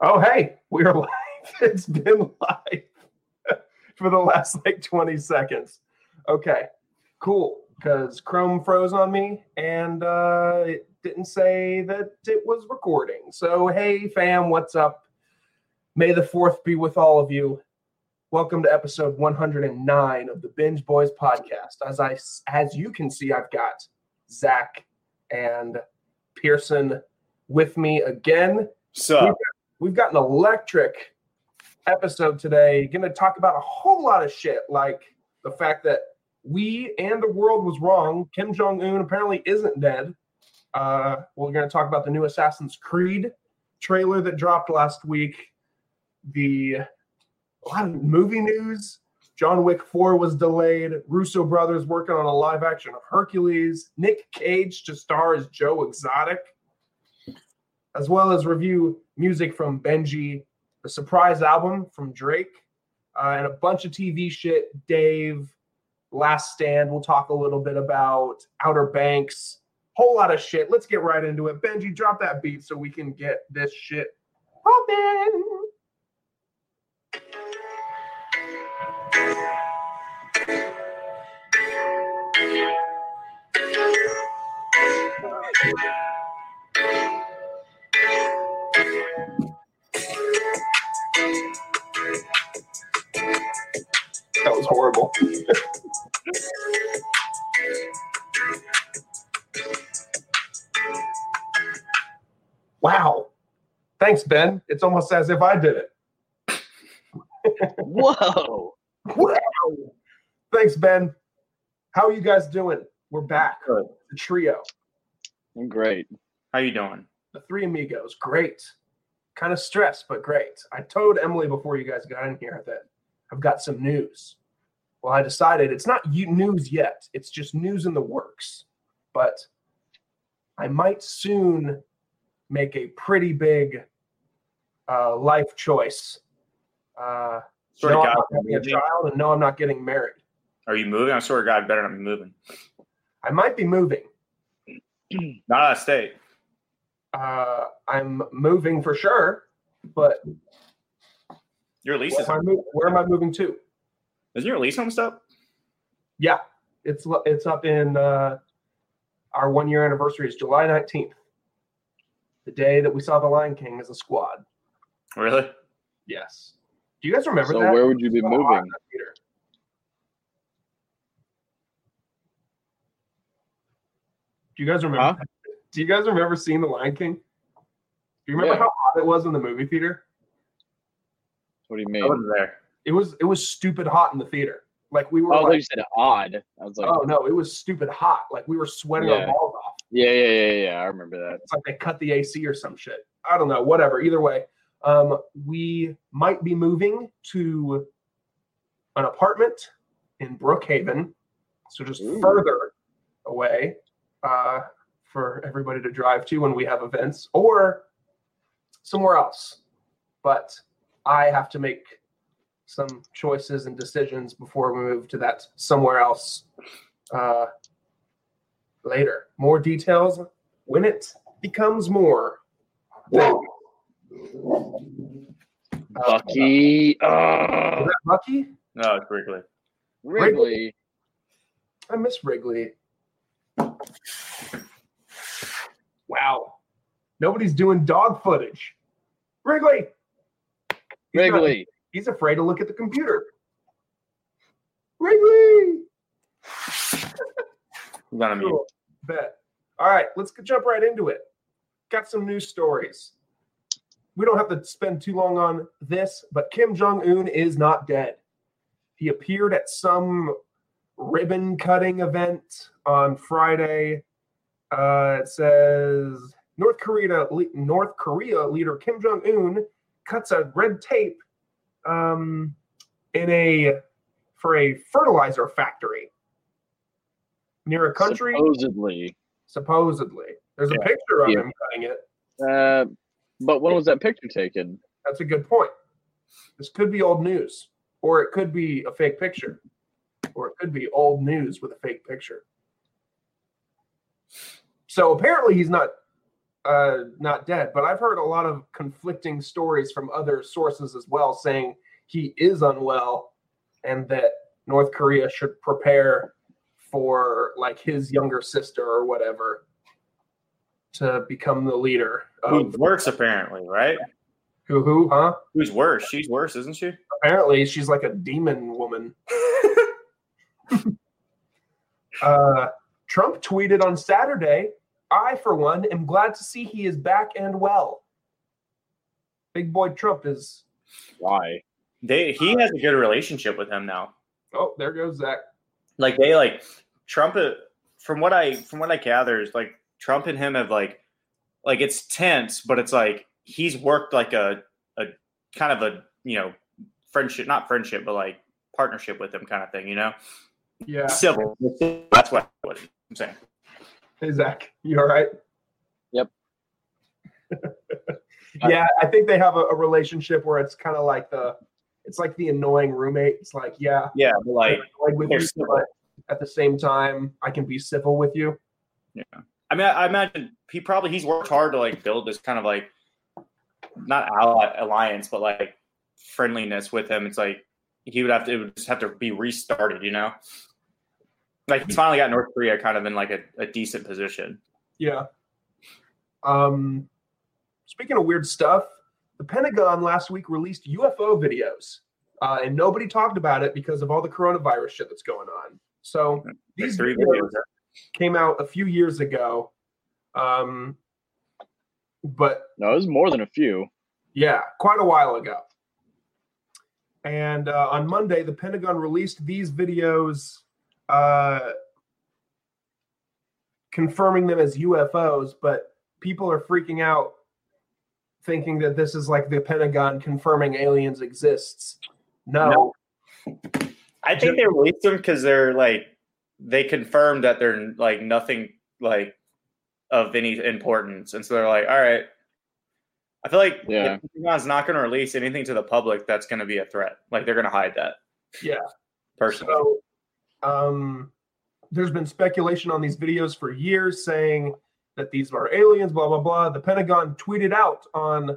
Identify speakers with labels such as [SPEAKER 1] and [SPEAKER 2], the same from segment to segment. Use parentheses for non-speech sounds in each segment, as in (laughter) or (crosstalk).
[SPEAKER 1] Oh, hey, we are (laughs) live. It's been live (laughs) for the last like 20 seconds. Okay, cool. Because Chrome froze on me and uh, it didn't say that it was recording. So, hey, fam, what's up? May the 4th be with all of you. Welcome to episode 109 of the Binge Boys podcast. As I as you can see, I've got Zach and Pearson with me again.
[SPEAKER 2] So
[SPEAKER 1] We've got an electric episode today. Going to talk about a whole lot of shit, like the fact that we and the world was wrong. Kim Jong Un apparently isn't dead. Uh, we're going to talk about the new Assassin's Creed trailer that dropped last week. The a lot of movie news. John Wick 4 was delayed. Russo brothers working on a live action of Hercules. Nick Cage to star as Joe Exotic as well as review music from Benji, the surprise album from Drake, uh, and a bunch of TV shit. Dave, Last Stand. We'll talk a little bit about Outer Banks. Whole lot of shit. Let's get right into it. Benji, drop that beat so we can get this shit poppin'. That was horrible. wow. Thanks, Ben. It's almost as if I did it.
[SPEAKER 3] Whoa.
[SPEAKER 1] Wow. Thanks, Ben. How are you guys doing? We're back.
[SPEAKER 3] Good.
[SPEAKER 1] The trio,
[SPEAKER 3] (laughs) Great.
[SPEAKER 2] how you doing?
[SPEAKER 1] the three amigos. Great. Kind of stressed, but great. I told Emily before you guys got in here that I've got some news. Well, I decided it's not you- news yet, it's just news in the works. But I might soon make a pretty big uh, life choice. Uh,
[SPEAKER 2] Swear
[SPEAKER 1] no,
[SPEAKER 2] to
[SPEAKER 1] I'm
[SPEAKER 2] God,
[SPEAKER 1] not having a
[SPEAKER 2] moving.
[SPEAKER 1] child, and no, I'm not getting married.
[SPEAKER 2] are you moving? I swear to God, better not be moving.
[SPEAKER 1] I might be moving.
[SPEAKER 2] Not out of state.
[SPEAKER 1] Uh, I'm moving for sure, but
[SPEAKER 2] Your lease
[SPEAKER 1] where
[SPEAKER 2] is
[SPEAKER 1] am, I mo- where am I moving to?
[SPEAKER 2] isn't your lease almost up?
[SPEAKER 1] Yeah, it's lo- it's up in uh, our one year anniversary is July 19th, the day that we saw The Lion King as a squad.
[SPEAKER 2] Really?
[SPEAKER 1] Yes. Do you guys remember
[SPEAKER 3] So
[SPEAKER 1] that?
[SPEAKER 3] where would you be
[SPEAKER 1] Saw it live
[SPEAKER 3] moving?
[SPEAKER 1] in the theater. Do you guys remember?
[SPEAKER 3] Huh?
[SPEAKER 1] that? Do you guys remember seeing The Lion King? Do you remember
[SPEAKER 3] Yeah.
[SPEAKER 1] how hot it was in the movie theater?
[SPEAKER 3] What do you
[SPEAKER 2] I
[SPEAKER 3] mean?
[SPEAKER 2] wasn't there.
[SPEAKER 1] It was it was stupid hot in the theater. Like we were
[SPEAKER 3] Oh, I thought you
[SPEAKER 1] like,
[SPEAKER 3] said odd. I was like,
[SPEAKER 1] oh no, it was stupid hot. Like we were sweating our
[SPEAKER 3] Yeah.
[SPEAKER 1] balls off.
[SPEAKER 3] yeah, yeah, yeah, yeah. I remember that.
[SPEAKER 1] It's like they cut the AC or some shit. I don't know. Whatever. Either way, um, we might be moving to an apartment in Brookhaven, so just
[SPEAKER 3] Ooh.
[SPEAKER 1] further away uh, for everybody to drive to when we have events, or somewhere else. But I have to make some choices and decisions before we move to that somewhere else uh, later. More details when it becomes more. Thank you. Uh,
[SPEAKER 3] Bucky.
[SPEAKER 1] is
[SPEAKER 3] Oh,
[SPEAKER 1] that Bucky?
[SPEAKER 2] No, it's Wrigley.
[SPEAKER 3] Wrigley.
[SPEAKER 1] I miss Wrigley. Wow. Nobody's doing dog footage. Wrigley. He's not-
[SPEAKER 3] Wrigley.
[SPEAKER 1] he's afraid to look at the computer. Wrigley.
[SPEAKER 2] You got to mute.
[SPEAKER 1] Cool. Bet. All right, let's go- jump right into it. Got some news stories. We don't have to spend too long on this, but Kim Jong Un is not dead. He appeared at some ribbon cutting event on Friday. Uh, it says North Korea le- North Korea leader Kim Jong Un cuts a red tape um, in a for a fertilizer factory near a country
[SPEAKER 3] Supposedly.
[SPEAKER 1] supposedly. There's a
[SPEAKER 2] Yeah.
[SPEAKER 1] picture of
[SPEAKER 3] Yeah.
[SPEAKER 1] him cutting it.
[SPEAKER 3] Uh, but when was that picture taken?
[SPEAKER 1] That's a good point. This could be old news, or it could be a fake picture, or it could be old news with a fake picture. So apparently, he's not uh, not dead, but I've heard a lot of conflicting stories from other sources as well, saying he is unwell, and that North Korea should prepare for like his younger sister or whatever to become the leader.
[SPEAKER 2] Who's
[SPEAKER 1] Of,
[SPEAKER 2] worse, apparently, right?
[SPEAKER 1] who who huh?
[SPEAKER 2] Who's worse? She's worse, isn't she?
[SPEAKER 1] Apparently, she's like a demon woman. uh, Trump tweeted on Saturday, I, for one, am glad to see he is back and well. Big boy Trump is.
[SPEAKER 3] Why?
[SPEAKER 2] They
[SPEAKER 1] Uh,
[SPEAKER 2] he has a good relationship with him now.
[SPEAKER 1] Oh, there goes Zach.
[SPEAKER 2] Like they like Trump. uh, From what I from what I gather is like Trump and him have like like it's tense, but it's like he's worked like a a kind of a you know friendship, not friendship, but like partnership with him kind of thing. You know,
[SPEAKER 1] Yeah.
[SPEAKER 2] civil. That's what, what I'm saying.
[SPEAKER 1] Hey, Zach. You all right?
[SPEAKER 3] Yep.
[SPEAKER 1] (laughs) yeah, I think they have a, a relationship where it's kind of like the. It's like the annoying roommate. It's like, yeah,
[SPEAKER 2] Yeah, but like
[SPEAKER 1] I'm annoyed with
[SPEAKER 2] they're
[SPEAKER 1] you,
[SPEAKER 2] civil.
[SPEAKER 1] but at the same time, I can be civil with you.
[SPEAKER 2] I mean, I, I imagine he probably he's worked hard to like build this kind of like not ally alliance, but like friendliness with him. It's like he would have to it would just have to be restarted, you know. Like he's finally got North Korea kind of in like a, a decent position.
[SPEAKER 1] Yeah. Um, speaking of weird stuff, the Pentagon last week released UFO videos, uh, and nobody talked about it because of all the coronavirus shit that's going on. So
[SPEAKER 2] Like,
[SPEAKER 1] these
[SPEAKER 2] three
[SPEAKER 1] videos
[SPEAKER 2] videos.
[SPEAKER 1] came out a few years ago, um, but
[SPEAKER 3] No, there's more than a few.
[SPEAKER 1] yeah, quite a while ago. And uh, on Monday, the Pentagon released these videos uh, confirming them as UFOs, but people are freaking out thinking that this is like the Pentagon confirming aliens exists. No,
[SPEAKER 2] No. I think they released them because they're like they confirmed that they're like nothing like of any importance, and so they're like, all right. I feel like
[SPEAKER 3] Yeah.
[SPEAKER 2] the Pentagon's not going to release anything to the public that's going to be a threat. Like they're going to hide that.
[SPEAKER 1] Yeah.
[SPEAKER 2] Personally,
[SPEAKER 1] So, um, there's been speculation on these videos for years saying that these are aliens, blah, blah, blah. The Pentagon tweeted out on, uh,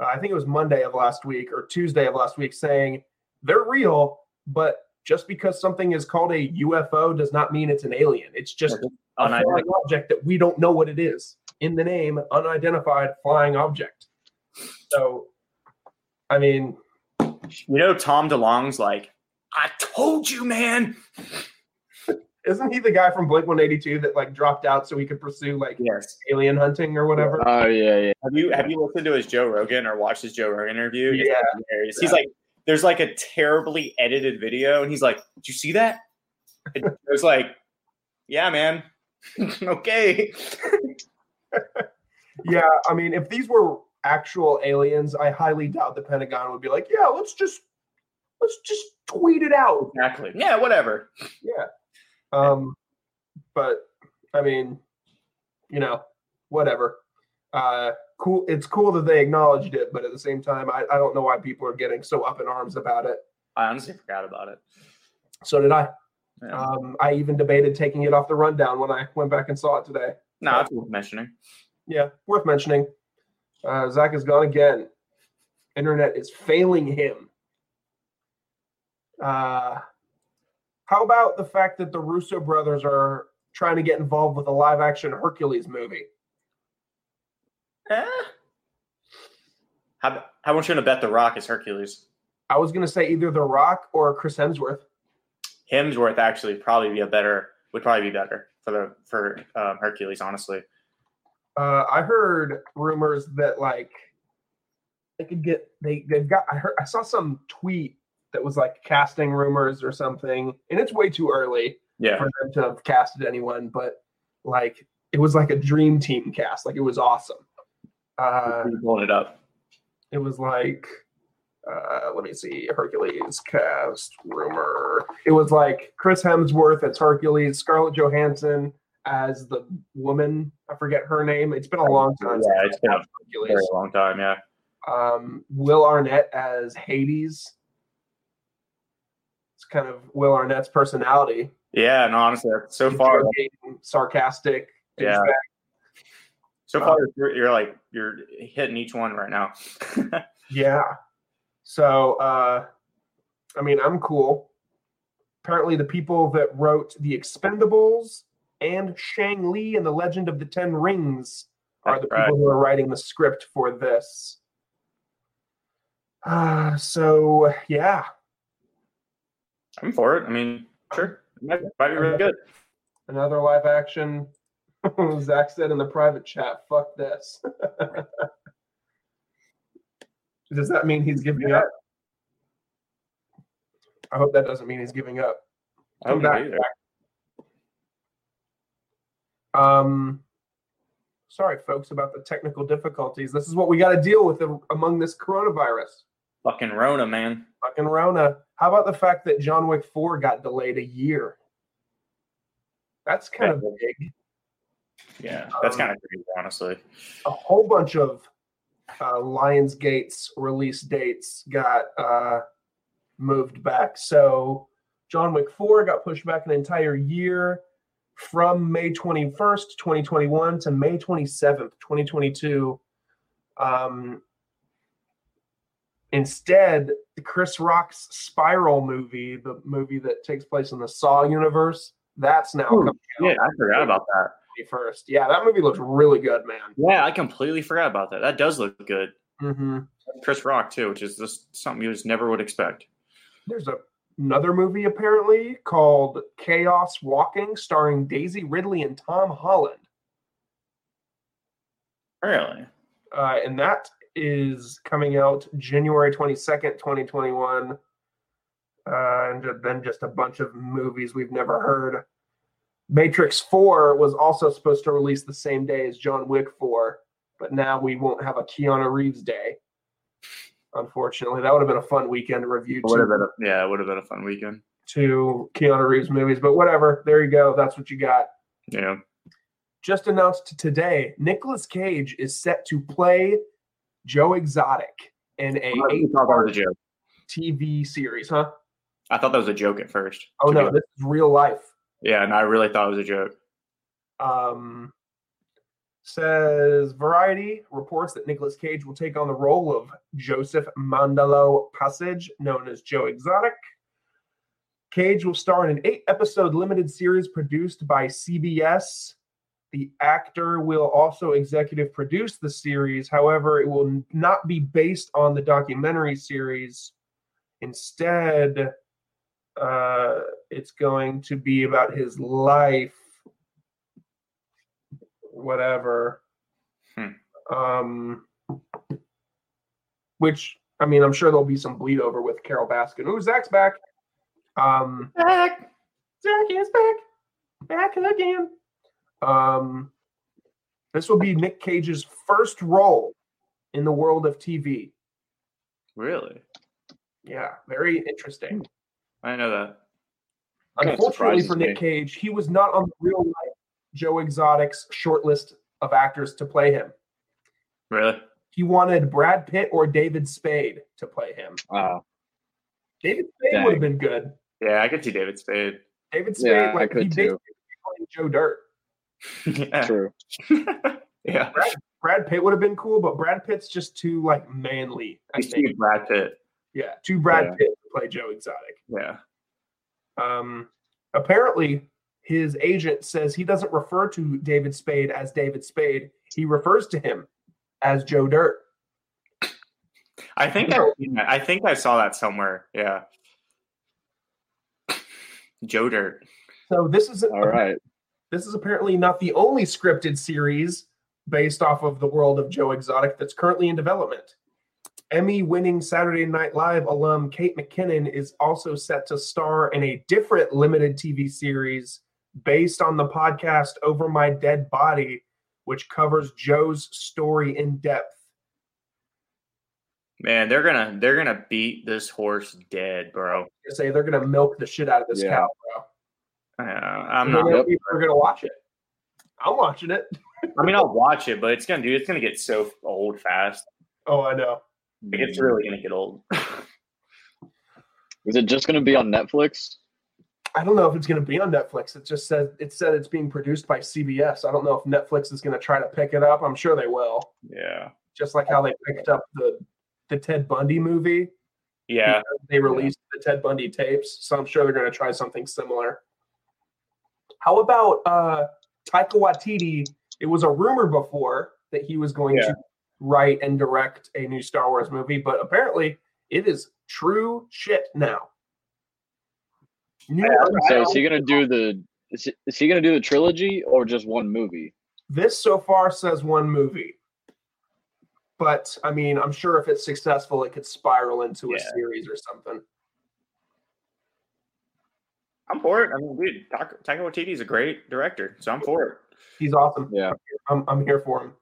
[SPEAKER 1] I think it was Monday of last week or Tuesday of last week, saying they're real, but just because something is called a UFO does not mean it's an alien. It's just a
[SPEAKER 2] on
[SPEAKER 1] flying object that we don't know what it is. In the name, unidentified flying object. So, I mean,
[SPEAKER 2] you know, Tom DeLong's like, I told you, man.
[SPEAKER 1] Isn't he the guy from Blink 182 that like dropped out so he could pursue like
[SPEAKER 2] Yes.
[SPEAKER 1] alien hunting or whatever?
[SPEAKER 3] Oh yeah, yeah.
[SPEAKER 2] Have you have you listened to his Joe Rogan or watched his Joe Rogan interview? It's
[SPEAKER 1] Yeah.
[SPEAKER 2] hilarious. He's like, there's like a terribly edited video, and he's like, "Did you see that?" (laughs) It was like, "Yeah, man." (laughs) okay.
[SPEAKER 1] Yeah, I mean, if these were actual aliens, I highly doubt the Pentagon would be like, yeah, let's just let's just tweet it out.
[SPEAKER 2] Exactly. Yeah. Whatever.
[SPEAKER 1] Yeah. Um, but I mean, you know, whatever. Uh, cool. It's cool that they acknowledged it, but at the same time, I, I don't know why people are getting so up in arms about it.
[SPEAKER 2] I honestly forgot about it.
[SPEAKER 1] So did I.
[SPEAKER 2] Yeah.
[SPEAKER 1] Um, I even debated taking it off the rundown when I went back and saw it today.
[SPEAKER 2] no, it's worth mentioning.
[SPEAKER 1] yeah, worth mentioning. Uh, Zach is gone again. Internet is failing him. Uh, how about the fact that the Russo brothers are trying to get involved with a live action Hercules movie?
[SPEAKER 2] Eh? How how much you gonna bet the Rock is Hercules?
[SPEAKER 1] I was going to say either The Rock or Chris Hemsworth.
[SPEAKER 2] Hemsworth actually probably be a better would probably be better for the for um, Hercules. Honestly,
[SPEAKER 1] Uh, I heard rumors that like they could get they they've got. I heard I saw some tweet that was like casting rumors or something, and it's way too early.
[SPEAKER 2] yeah.
[SPEAKER 1] for them to have casted anyone, but like it was like a dream team cast. Like it was awesome. Uh,
[SPEAKER 2] Pulling it up.
[SPEAKER 1] it was like, uh, let me see, Hercules cast rumor. It was like Chris Hemsworth as Hercules, Scarlett Johansson as the woman. I forget her name. It's been a long
[SPEAKER 2] Yeah,
[SPEAKER 1] time. since
[SPEAKER 2] it's been a
[SPEAKER 1] Hercules.
[SPEAKER 2] very long time. Yeah.
[SPEAKER 1] Um, Will Arnett as Hades. It's kind of Will Arnett's personality.
[SPEAKER 2] Yeah, and honestly, so far,
[SPEAKER 1] Joking, sarcastic.
[SPEAKER 2] Yeah. So far, you're, you're like you're hitting each one right now.
[SPEAKER 1] Yeah. So, uh, I mean, I'm cool. Apparently, the people that wrote The Expendables and Shang Li and The Legend of the Ten Rings are the
[SPEAKER 2] That's
[SPEAKER 1] people
[SPEAKER 2] right.
[SPEAKER 1] who are writing the script for this. (sighs) Uh, so, yeah,
[SPEAKER 2] I'm for it. I mean, sure, might, might be really good.
[SPEAKER 1] another live action. (laughs) Zach said in the private chat, fuck this. (laughs) Does that mean he's giving
[SPEAKER 2] Yeah.
[SPEAKER 1] up? I hope that doesn't mean he's giving up.
[SPEAKER 2] I hope
[SPEAKER 1] Come back.
[SPEAKER 2] it either.
[SPEAKER 1] Um, sorry, folks, about the technical difficulties. This is what we got to deal with am- among this coronavirus.
[SPEAKER 2] Fucking Rona, man.
[SPEAKER 1] Fucking Rona. How about the fact that John Wick 4 got delayed a year? That's kind of big.
[SPEAKER 2] Yeah, that's kind of crazy, honestly.
[SPEAKER 1] A whole bunch of uh, Lionsgate's release dates got uh, moved back. So John Wick 4 got pushed back an entire year from May 21st, 2021 to May 27th, 2022. Um, instead, Chris Rock's Spiral movie, the movie that takes place in the Saw universe, that's now
[SPEAKER 2] Ooh,
[SPEAKER 1] coming
[SPEAKER 2] Yeah, I forgot about that.
[SPEAKER 1] first. Yeah, that movie looks really good, man.
[SPEAKER 2] Yeah, I completely forgot about that. That does look good.
[SPEAKER 1] hmm
[SPEAKER 2] Chris Rock too, which is just something you just never would expect.
[SPEAKER 1] There's a, another movie apparently called Chaos Walking, starring Daisy Ridley and Tom Holland.
[SPEAKER 2] Really?
[SPEAKER 1] uh, and that is coming out January 22nd, 2021. Uh, and ju- then just a bunch of movies we've never heard. Matrix 4 was also supposed to release the same day as John Wick 4, but now we won't have a Keanu Reeves day. Unfortunately, that would have been a fun weekend to review two,
[SPEAKER 2] been a, yeah, it would have been a fun weekend.
[SPEAKER 1] two Keanu Reeves movies, but whatever. There you go. That's what you got
[SPEAKER 2] Yeah.
[SPEAKER 1] just announced today, Nicolas Cage is set to play Joe Exotic in a
[SPEAKER 2] I thought that was a joke.
[SPEAKER 1] TV series, huh?
[SPEAKER 2] I thought that was a joke at first.
[SPEAKER 1] Oh
[SPEAKER 2] to be
[SPEAKER 1] no,
[SPEAKER 2] honest.
[SPEAKER 1] this is real life.
[SPEAKER 2] Yeah, and I really thought it was a joke.
[SPEAKER 1] Um, says Variety reports that Nicolas Cage will take on the role of Joseph Mandalo Passage, known as Joe Exotic. Cage will star in an eight episode limited series produced by CBS. The actor will also executive produce the series. However, it will n- not be based on the documentary series. Instead, uh, it's going to be about his life whatever.
[SPEAKER 3] Hmm.
[SPEAKER 1] Um, which I mean, I'm sure there'll be some bleed over with Carol Baskin. Ooh, Zach's back. Um,
[SPEAKER 2] Back.
[SPEAKER 1] Zach is back, back again. Um, this will be Nick Cage's first role in the world of TV.
[SPEAKER 2] Really?
[SPEAKER 1] Yeah, very interesting.
[SPEAKER 2] I didn't know that.
[SPEAKER 3] Hmm. Kinda
[SPEAKER 1] Unfortunately for
[SPEAKER 3] surprises
[SPEAKER 1] Nick
[SPEAKER 3] me.
[SPEAKER 1] Cage, he was not on the real life Joe Exotic's shortlist of actors to play him.
[SPEAKER 2] Really?
[SPEAKER 1] he wanted Brad Pitt or David Spade to play him.
[SPEAKER 3] Uh,
[SPEAKER 1] David Spade
[SPEAKER 3] Dang.
[SPEAKER 1] would have been good.
[SPEAKER 2] Yeah, I could see David Spade. (laughs)
[SPEAKER 1] David Spade,
[SPEAKER 3] yeah, I
[SPEAKER 1] like he
[SPEAKER 3] could
[SPEAKER 1] basically
[SPEAKER 3] too.
[SPEAKER 1] played Joe Dirt.
[SPEAKER 2] yeah.
[SPEAKER 3] True.
[SPEAKER 2] yeah.
[SPEAKER 1] Brad Pitt would have been cool, but Brad Pitt's just too like manly. I
[SPEAKER 2] He's
[SPEAKER 1] think.
[SPEAKER 2] Steve Brad Pitt.
[SPEAKER 1] Yeah, too Brad
[SPEAKER 3] Yeah.
[SPEAKER 1] Pitt to play Joe Exotic.
[SPEAKER 2] Yeah.
[SPEAKER 1] Um, apparently, his agent says he doesn't refer to David Spade as David Spade. He refers to him as Joe Dirt.
[SPEAKER 2] I think I, I think I saw that somewhere. Yeah. Joe Dirt.
[SPEAKER 1] So this is
[SPEAKER 3] All right.
[SPEAKER 1] This is apparently not the only scripted series based off of the world of Joe Exotic that's currently in development. Emmy winning Saturday Night Live alum Kate McKinnon is also set to star in a different limited TV series based on the podcast Over My Dead Body, which covers Joe's story in depth.
[SPEAKER 2] Man, they're gonna they're gonna beat this horse dead, bro.
[SPEAKER 1] They say they're going to milk the shit out of this
[SPEAKER 3] Yeah.
[SPEAKER 1] cow, bro.
[SPEAKER 2] Uh, I'm
[SPEAKER 1] You know,
[SPEAKER 2] not.
[SPEAKER 3] Yep.
[SPEAKER 1] People are going to watch it. I'm watching it.
[SPEAKER 2] I mean, I'll watch it, but it's gonna do. It's gonna get so old fast.
[SPEAKER 1] Oh, I know.
[SPEAKER 2] Like, it's really gonna get old.
[SPEAKER 3] Is it just going to be on Netflix?
[SPEAKER 1] I don't know if it's going to be on Netflix. It just said it said it's being produced by CBS. I don't know if Netflix is going to try to pick it up. I'm sure they will.
[SPEAKER 2] Yeah.
[SPEAKER 1] Just like how they picked up the the Ted Bundy movie.
[SPEAKER 2] Yeah.
[SPEAKER 1] because They released the Ted Bundy tapes, so I'm sure they're going to try something similar. How about uh, Taika Waititi? It was a rumor before that he was going to write and direct a new Star Wars movie, but apparently it is true shit now. New
[SPEAKER 3] So is he gonna do the? Is he, is he gonna do the trilogy or just one movie?
[SPEAKER 1] this so far says one movie but i mean i'm sure if it's successful it could spiral into
[SPEAKER 2] Yeah.
[SPEAKER 1] a series or something
[SPEAKER 2] I'm for it. I mean, dude, Taka Taika Waititi's a great director, so I'm for it.
[SPEAKER 1] he's awesome
[SPEAKER 3] Yeah.
[SPEAKER 1] i'm, I'm here for him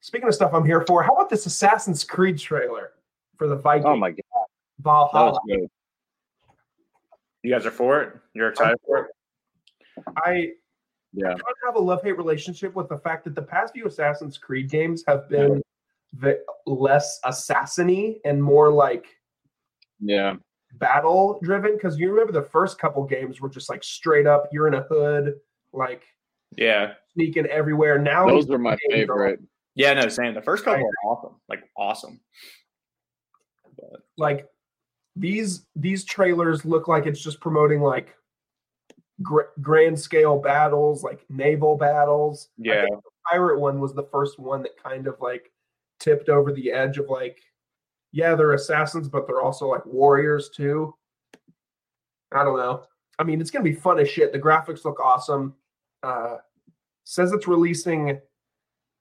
[SPEAKER 1] speaking of stuff i'm here for how about this assassin's creed trailer for the viking
[SPEAKER 3] Oh my god, that
[SPEAKER 1] valhalla
[SPEAKER 3] was good.
[SPEAKER 2] You guys are for it. You're excited for it.
[SPEAKER 1] i
[SPEAKER 3] Yeah.
[SPEAKER 1] kind of have a love-hate relationship with the fact that the past few assassin's creed games have been the less assassiny and more like
[SPEAKER 3] Yeah.
[SPEAKER 1] battle driven because you remember the first couple games were just like straight up you're in a hood like
[SPEAKER 2] Yeah.
[SPEAKER 1] sneaking everywhere now
[SPEAKER 3] Those were my
[SPEAKER 1] games are-
[SPEAKER 3] favorite.
[SPEAKER 2] Yeah, no, same. The first couple are awesome. Like awesome.
[SPEAKER 1] like these these trailers look like it's just promoting like gr- grand scale battles like naval battles I
[SPEAKER 2] Yeah.
[SPEAKER 1] think the pirate one was the first one that kind of like tipped over the edge of like yeah they're assassins but they're also like warriors too i don't know i mean it's gonna be fun as shit the graphics look awesome uh says it's releasing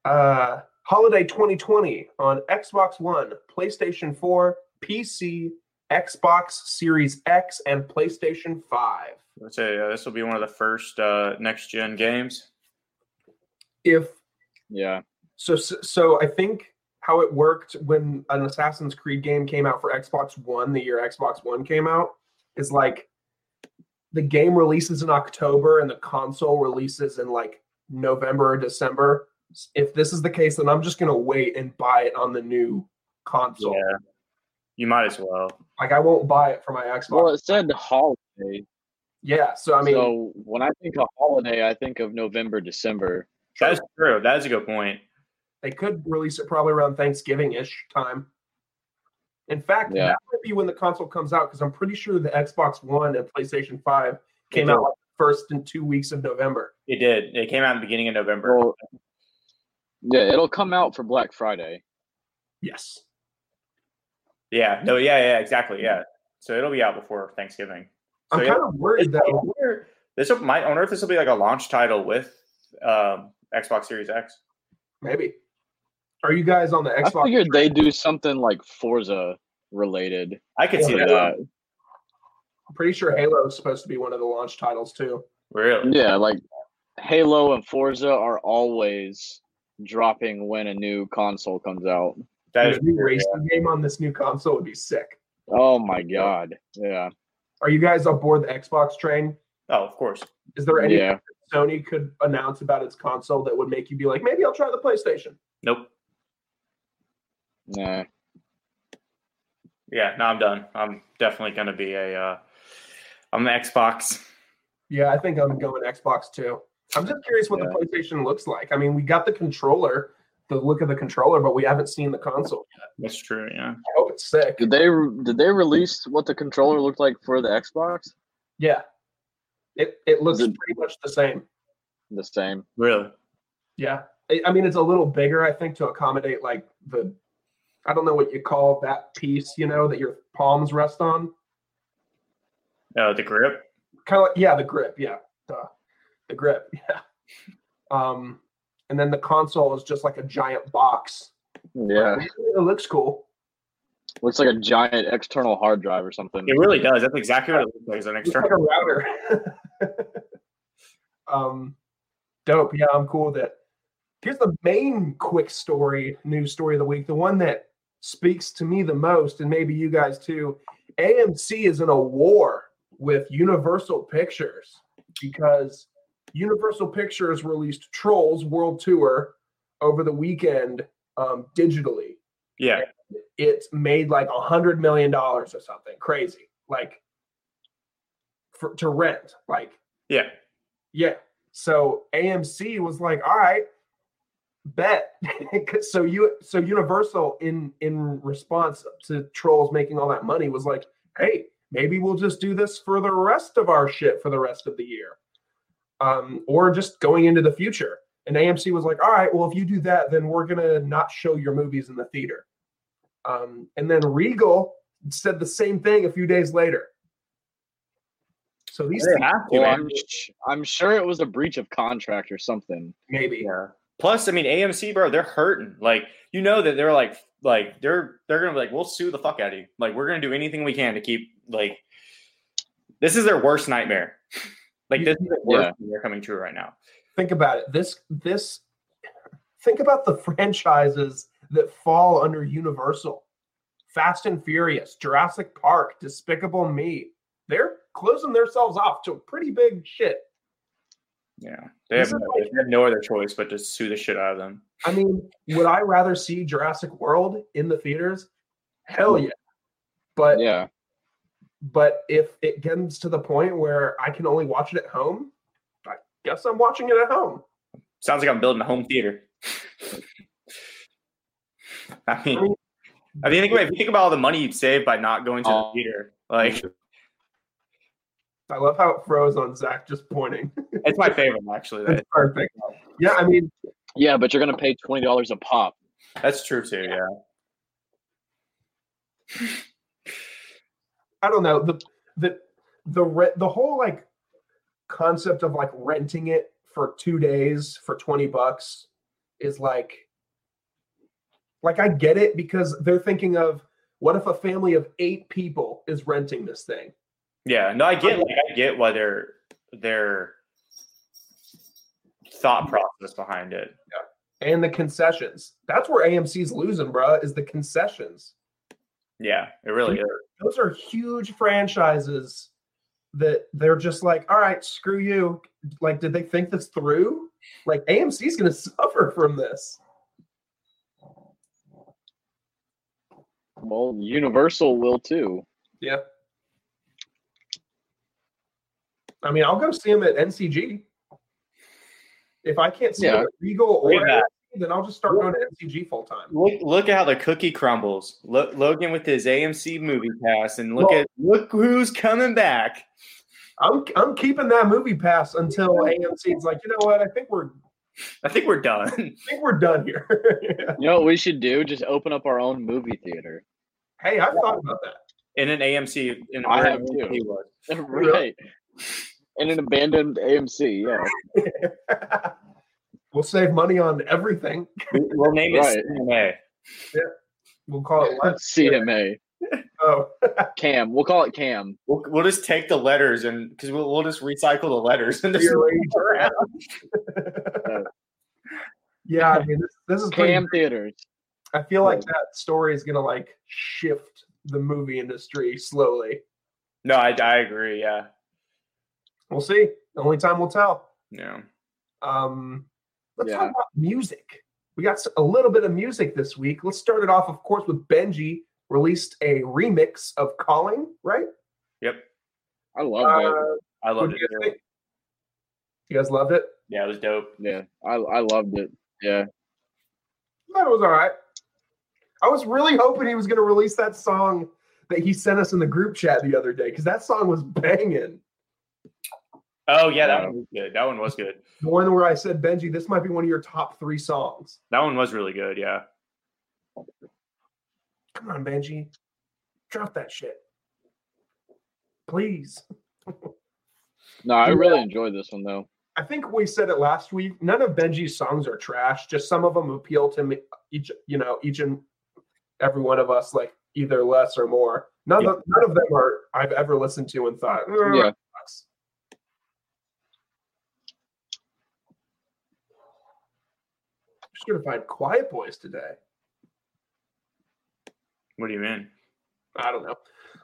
[SPEAKER 1] uh holiday 2020 on xbox one playstation 4 pc xbox series x and playstation 5
[SPEAKER 2] Let's say uh, this will be one of the first uh, next gen games.
[SPEAKER 1] if
[SPEAKER 3] Yeah.
[SPEAKER 1] So, so I think how it worked when an Assassin's Creed game came out for Xbox One the year Xbox One came out is like the game releases in October and the console releases in like November or December. If this is the case, then I'm just gonna wait and buy it on the new console.
[SPEAKER 2] Yeah. You might as well.
[SPEAKER 1] Like I won't buy it for my Xbox.
[SPEAKER 3] Well, it said holiday.
[SPEAKER 1] yeah. So I mean,
[SPEAKER 3] so when I think of holiday, I think of November, December.
[SPEAKER 2] That is true. That is a good point.
[SPEAKER 1] They could release it probably around Thanksgiving ish time. In fact,
[SPEAKER 3] Yeah.
[SPEAKER 1] that might be when the console comes out because I'm pretty sure the Xbox One and PlayStation 5
[SPEAKER 2] It
[SPEAKER 1] came
[SPEAKER 2] did.
[SPEAKER 1] out like the first and two weeks of November.
[SPEAKER 2] It did. It came out in the beginning of November.
[SPEAKER 3] Well, yeah, it'll come out for Black Friday.
[SPEAKER 1] Yes.
[SPEAKER 2] yeah. No. Yeah. Yeah. Exactly. Yeah. So it'll be out before Thanksgiving. So
[SPEAKER 1] I'm
[SPEAKER 2] yeah,
[SPEAKER 1] kind of worried
[SPEAKER 2] It's- I
[SPEAKER 1] though.
[SPEAKER 2] wonder- This will- might. I wonder if this will be like a launch title with um, Xbox Series X.
[SPEAKER 1] Maybe. Are you guys on the
[SPEAKER 3] I
[SPEAKER 1] Xbox?
[SPEAKER 3] figured they do something like Forza related.
[SPEAKER 2] I could see
[SPEAKER 3] for
[SPEAKER 1] Yeah.
[SPEAKER 2] that.
[SPEAKER 3] that.
[SPEAKER 1] I'm pretty sure Halo is supposed to be one of the launch titles too.
[SPEAKER 2] Really.
[SPEAKER 3] Yeah, like Halo and Forza are always dropping when a new console comes out.
[SPEAKER 2] That
[SPEAKER 1] And
[SPEAKER 2] is
[SPEAKER 1] a new
[SPEAKER 2] true, yeah.
[SPEAKER 1] racing game on this new console would be sick.
[SPEAKER 3] Oh my god. Yeah.
[SPEAKER 1] Are you guys aboard the Xbox train?
[SPEAKER 2] Oh, of course.
[SPEAKER 1] Is there anything
[SPEAKER 3] Yeah.
[SPEAKER 1] Sony could announce about its console that would make you be like, maybe I'll try the PlayStation?
[SPEAKER 2] Nope.
[SPEAKER 3] Nah.
[SPEAKER 2] Yeah. No, I'm done. I'm definitely gonna be a. Uh, I'm an Xbox.
[SPEAKER 1] Yeah, I think I'm going Xbox too. I'm just curious what
[SPEAKER 3] Yeah.
[SPEAKER 1] the PlayStation looks like. I mean, we got the controller, the look of the controller, but we haven't seen the console.
[SPEAKER 2] That's true. Yeah.
[SPEAKER 1] I hope it's sick.
[SPEAKER 3] Did they did they release what the controller looked like for the Xbox?
[SPEAKER 1] Yeah. It it looks
[SPEAKER 3] Is it-
[SPEAKER 1] pretty much the same.
[SPEAKER 3] The same.
[SPEAKER 2] Really.
[SPEAKER 1] Yeah. I, I mean, it's a little bigger, I think, to accommodate like the I don't know what you call that piece, you know, that your palms rest on.
[SPEAKER 2] Uh, the grip.
[SPEAKER 1] kind of like yeah the grip yeah duh. the grip (laughs) yeah um and then the console is just like a giant box
[SPEAKER 3] Yeah.
[SPEAKER 1] it looks cool
[SPEAKER 3] Looks like a giant external hard drive or something.
[SPEAKER 2] It really does. That's exactly what it looks like. It's an
[SPEAKER 1] it's like
[SPEAKER 2] external.
[SPEAKER 1] a router (laughs) um dope yeah i'm cool with it here's the main quick story news story of the week the one that speaks to me the most and maybe you guys too amc is in a war with universal pictures because Universal Pictures released Trolls World Tour over the weekend um, digitally.
[SPEAKER 2] Yeah.
[SPEAKER 1] It's made like a hundred million dollars or something crazy. Like for, to rent. Like,
[SPEAKER 2] Yeah.
[SPEAKER 1] yeah. So AMC was like, all right, bet. (laughs) 'Cause so you so Universal in in response to trolls making all that money was like, hey, maybe we'll just do this for the rest of our shit for the rest of the year. Um, or just going into the future. And AMC was like, all right, well, if you do that, then we're gonna not show your movies in the theater. Um, and then Regal said the same thing a few days later. So these
[SPEAKER 2] They
[SPEAKER 1] things,
[SPEAKER 2] have to,
[SPEAKER 3] Well,
[SPEAKER 2] man.
[SPEAKER 3] I'm, sh- I'm sure it was a breach of contract or something.
[SPEAKER 1] maybe.
[SPEAKER 2] Yeah. Plus, I mean, AMC, bro, they're hurting. Like, you know that they're like, like they're they're gonna be like, we'll sue the fuck out of you. Like, we're gonna do anything we can to keep like. This is their worst nightmare. (laughs) like this is their worst
[SPEAKER 3] Yeah.
[SPEAKER 2] nightmare coming true right now.
[SPEAKER 1] think about it this this think about the (laughs) franchises that fall under universal fast and furious jurassic park despicable me they're closing themselves off to pretty big shit
[SPEAKER 2] Yeah, they
[SPEAKER 1] This
[SPEAKER 2] have,
[SPEAKER 1] is
[SPEAKER 2] no, they have no other choice but to sue the shit out of them.
[SPEAKER 1] i mean would i rather see jurassic world in the theaters hell yeah but
[SPEAKER 3] Yeah.
[SPEAKER 1] but if it gets to the point where i can only watch it at home i guess i'm watching it at home
[SPEAKER 2] Sounds like I'm building a home theater. (laughs) I mean, I mean, think about, if you think about all the money you'd save by not going to
[SPEAKER 3] Oh.
[SPEAKER 2] the theater, like
[SPEAKER 1] i love how it froze on zach just pointing
[SPEAKER 2] (laughs)
[SPEAKER 1] (laughs)
[SPEAKER 2] it's my favorite actually. That,
[SPEAKER 1] That's perfect yeah i mean
[SPEAKER 3] Yeah, but you're gonna pay twenty dollars a pop.
[SPEAKER 2] that's true too. Yeah.
[SPEAKER 1] I don't know the the the re- the whole like concept of like renting it for two days for twenty bucks is like like I get it because they're thinking of what if a family of eight people is renting this thing?
[SPEAKER 2] Yeah, no, I get, like, I get why their their thought process behind it.
[SPEAKER 1] And the concessions. That's where AMC's losing, bruh, is the concessions.
[SPEAKER 2] Yeah, it really is.
[SPEAKER 1] Those are huge franchises that they're just like, all right, screw you. Like, did they think this through? Like AMC's gonna (laughs) suffer from this.
[SPEAKER 3] Well, Universal will too.
[SPEAKER 1] Yeah. I mean, I'll go see him at NCG. If I can't see him
[SPEAKER 3] Yeah.
[SPEAKER 1] at Regal or
[SPEAKER 2] Look at that.
[SPEAKER 1] NCG, then I'll just start going to NCG full time.
[SPEAKER 2] Look, look at how the cookie crumbles. Look, Logan with his AMC movie pass, and look
[SPEAKER 1] Well-
[SPEAKER 2] at look who's coming back.
[SPEAKER 1] I'm I'm keeping that movie pass until AMC's like, you know what? I think we're I
[SPEAKER 2] I think we're done. (laughs)
[SPEAKER 1] think we're done here. (laughs)
[SPEAKER 3] You know what we should do? Just open up our own movie theater. (laughs)
[SPEAKER 1] Hey, I thought about that.
[SPEAKER 2] In an AMC, in
[SPEAKER 3] I
[SPEAKER 2] where
[SPEAKER 3] have too.
[SPEAKER 2] AMC was.
[SPEAKER 3] right. In an abandoned AMC, yeah.
[SPEAKER 1] (laughs) We'll save money on everything.
[SPEAKER 2] We- We'll name it
[SPEAKER 3] Right.
[SPEAKER 2] CMA.
[SPEAKER 1] We'll call it lunch.
[SPEAKER 3] CMA.
[SPEAKER 1] Oh,
[SPEAKER 3] Cam. We'll call it Cam.
[SPEAKER 2] We'll, we'll just take the letters and because we'll, we'll just recycle the letters (laughs) and (laughs) just
[SPEAKER 1] Dear Ranger.
[SPEAKER 2] (laughs)
[SPEAKER 1] (laughs) yeah, I mean, this, this is pretty
[SPEAKER 3] Cam Theaters.
[SPEAKER 1] I feel like that story is gonna like shift the movie industry slowly.
[SPEAKER 2] no, I, I agree. Yeah,
[SPEAKER 1] We'll see. Only time will tell.
[SPEAKER 2] no.
[SPEAKER 1] Um, let's
[SPEAKER 3] Yeah.
[SPEAKER 1] talk about music. We got s- a little bit of music this week. Let's start it off, of course, with Benji released a remix of "Calling." Right?
[SPEAKER 2] Yep,
[SPEAKER 3] I love that.
[SPEAKER 1] Uh, what
[SPEAKER 2] I Oh, loved
[SPEAKER 1] do
[SPEAKER 2] it.
[SPEAKER 1] you, guys think? you guys loved it.
[SPEAKER 2] Yeah, it was dope.
[SPEAKER 3] Yeah. I I loved it. Yeah.
[SPEAKER 1] I thought it was all right. I was really hoping he was gonna release that song that he sent us in the group chat the other day because that song was banging.
[SPEAKER 2] Oh yeah, that
[SPEAKER 3] Yeah.
[SPEAKER 2] one was good. That one was good.
[SPEAKER 1] The one where I said, Benji, this might be one of your top three songs.
[SPEAKER 2] That one was really good. Yeah.
[SPEAKER 1] Come on, Benji. Drop that shit. Please.
[SPEAKER 3] No, I really enjoyed this one though.
[SPEAKER 1] I think we said it last week. None of Benji's songs are trash. Just some of them appeal to me, each, you know, each and every one of us, like either less or more. None, of, none of them are I've ever listened to and thought, "Mm,
[SPEAKER 3] Yeah.
[SPEAKER 1] sucks." Certified Quiet Boys today.
[SPEAKER 2] What do you mean?
[SPEAKER 1] I don't know.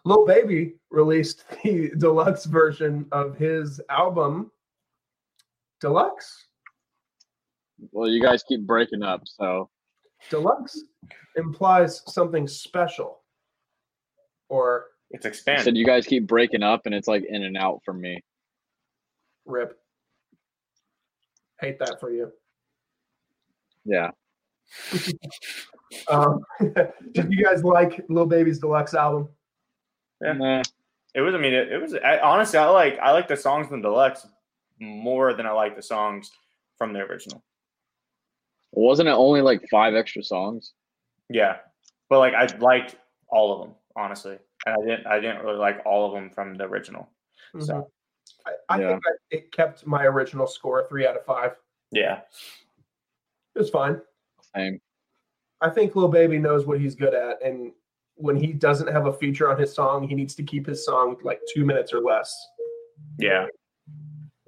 [SPEAKER 1] Lil Baby released (laughs) the deluxe version of his album Deluxe.
[SPEAKER 3] Well, you guys keep breaking up, so
[SPEAKER 1] Deluxe implies something special or
[SPEAKER 2] It's
[SPEAKER 3] I said
[SPEAKER 2] expanded.
[SPEAKER 3] you guys keep breaking up, and it's like in and out for me.
[SPEAKER 1] Rip. Hate that for you.
[SPEAKER 3] Yeah,
[SPEAKER 1] Um, (laughs) did you guys like Lil Baby's deluxe album?
[SPEAKER 2] Yeah.
[SPEAKER 3] Nah,
[SPEAKER 2] It was. I mean, it, it was. I, honestly, I like. I like the songs from Deluxe more than I like the songs from the original.
[SPEAKER 3] wasn't it only like five extra songs?
[SPEAKER 2] Yeah, but like I liked all of them honestly, and I didn't. I didn't really like all of them from the original. So.
[SPEAKER 1] I, Mm-hmm. I
[SPEAKER 3] Yeah.
[SPEAKER 1] think I, it kept my original score three out of five.
[SPEAKER 2] Yeah,
[SPEAKER 1] It was fine.
[SPEAKER 3] Same.
[SPEAKER 1] I think Lil Baby knows what he's good at, and when he doesn't have a feature on his song, he needs to keep his song like two minutes or less.
[SPEAKER 2] yeah.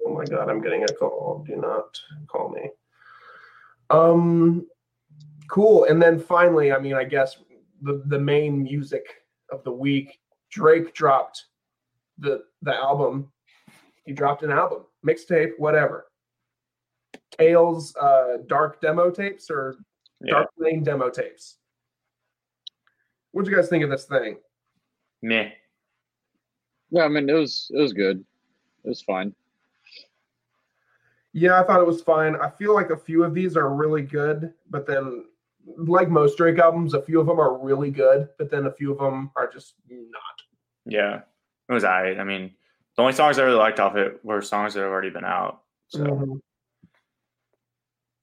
[SPEAKER 1] Oh my god, I'm getting a call. Do not call me. Um, cool. And then finally, I mean, I guess the the main music of the week, Drake dropped the the album. He dropped an album, mixtape, whatever. Tails, uh, dark demo tapes or
[SPEAKER 2] yeah.
[SPEAKER 1] Dark Lane demo tapes. What'd you guys think of this thing?
[SPEAKER 2] Meh.
[SPEAKER 3] Yeah, I mean it was it was good. It was fine.
[SPEAKER 1] Yeah, I thought it was fine. I feel like a few of these are really good, but then, like most Drake albums, a few of them are really good, but then a few of them are just not.
[SPEAKER 2] Yeah, it was. I. I mean, the only songs I really liked off it were songs that have already been out. So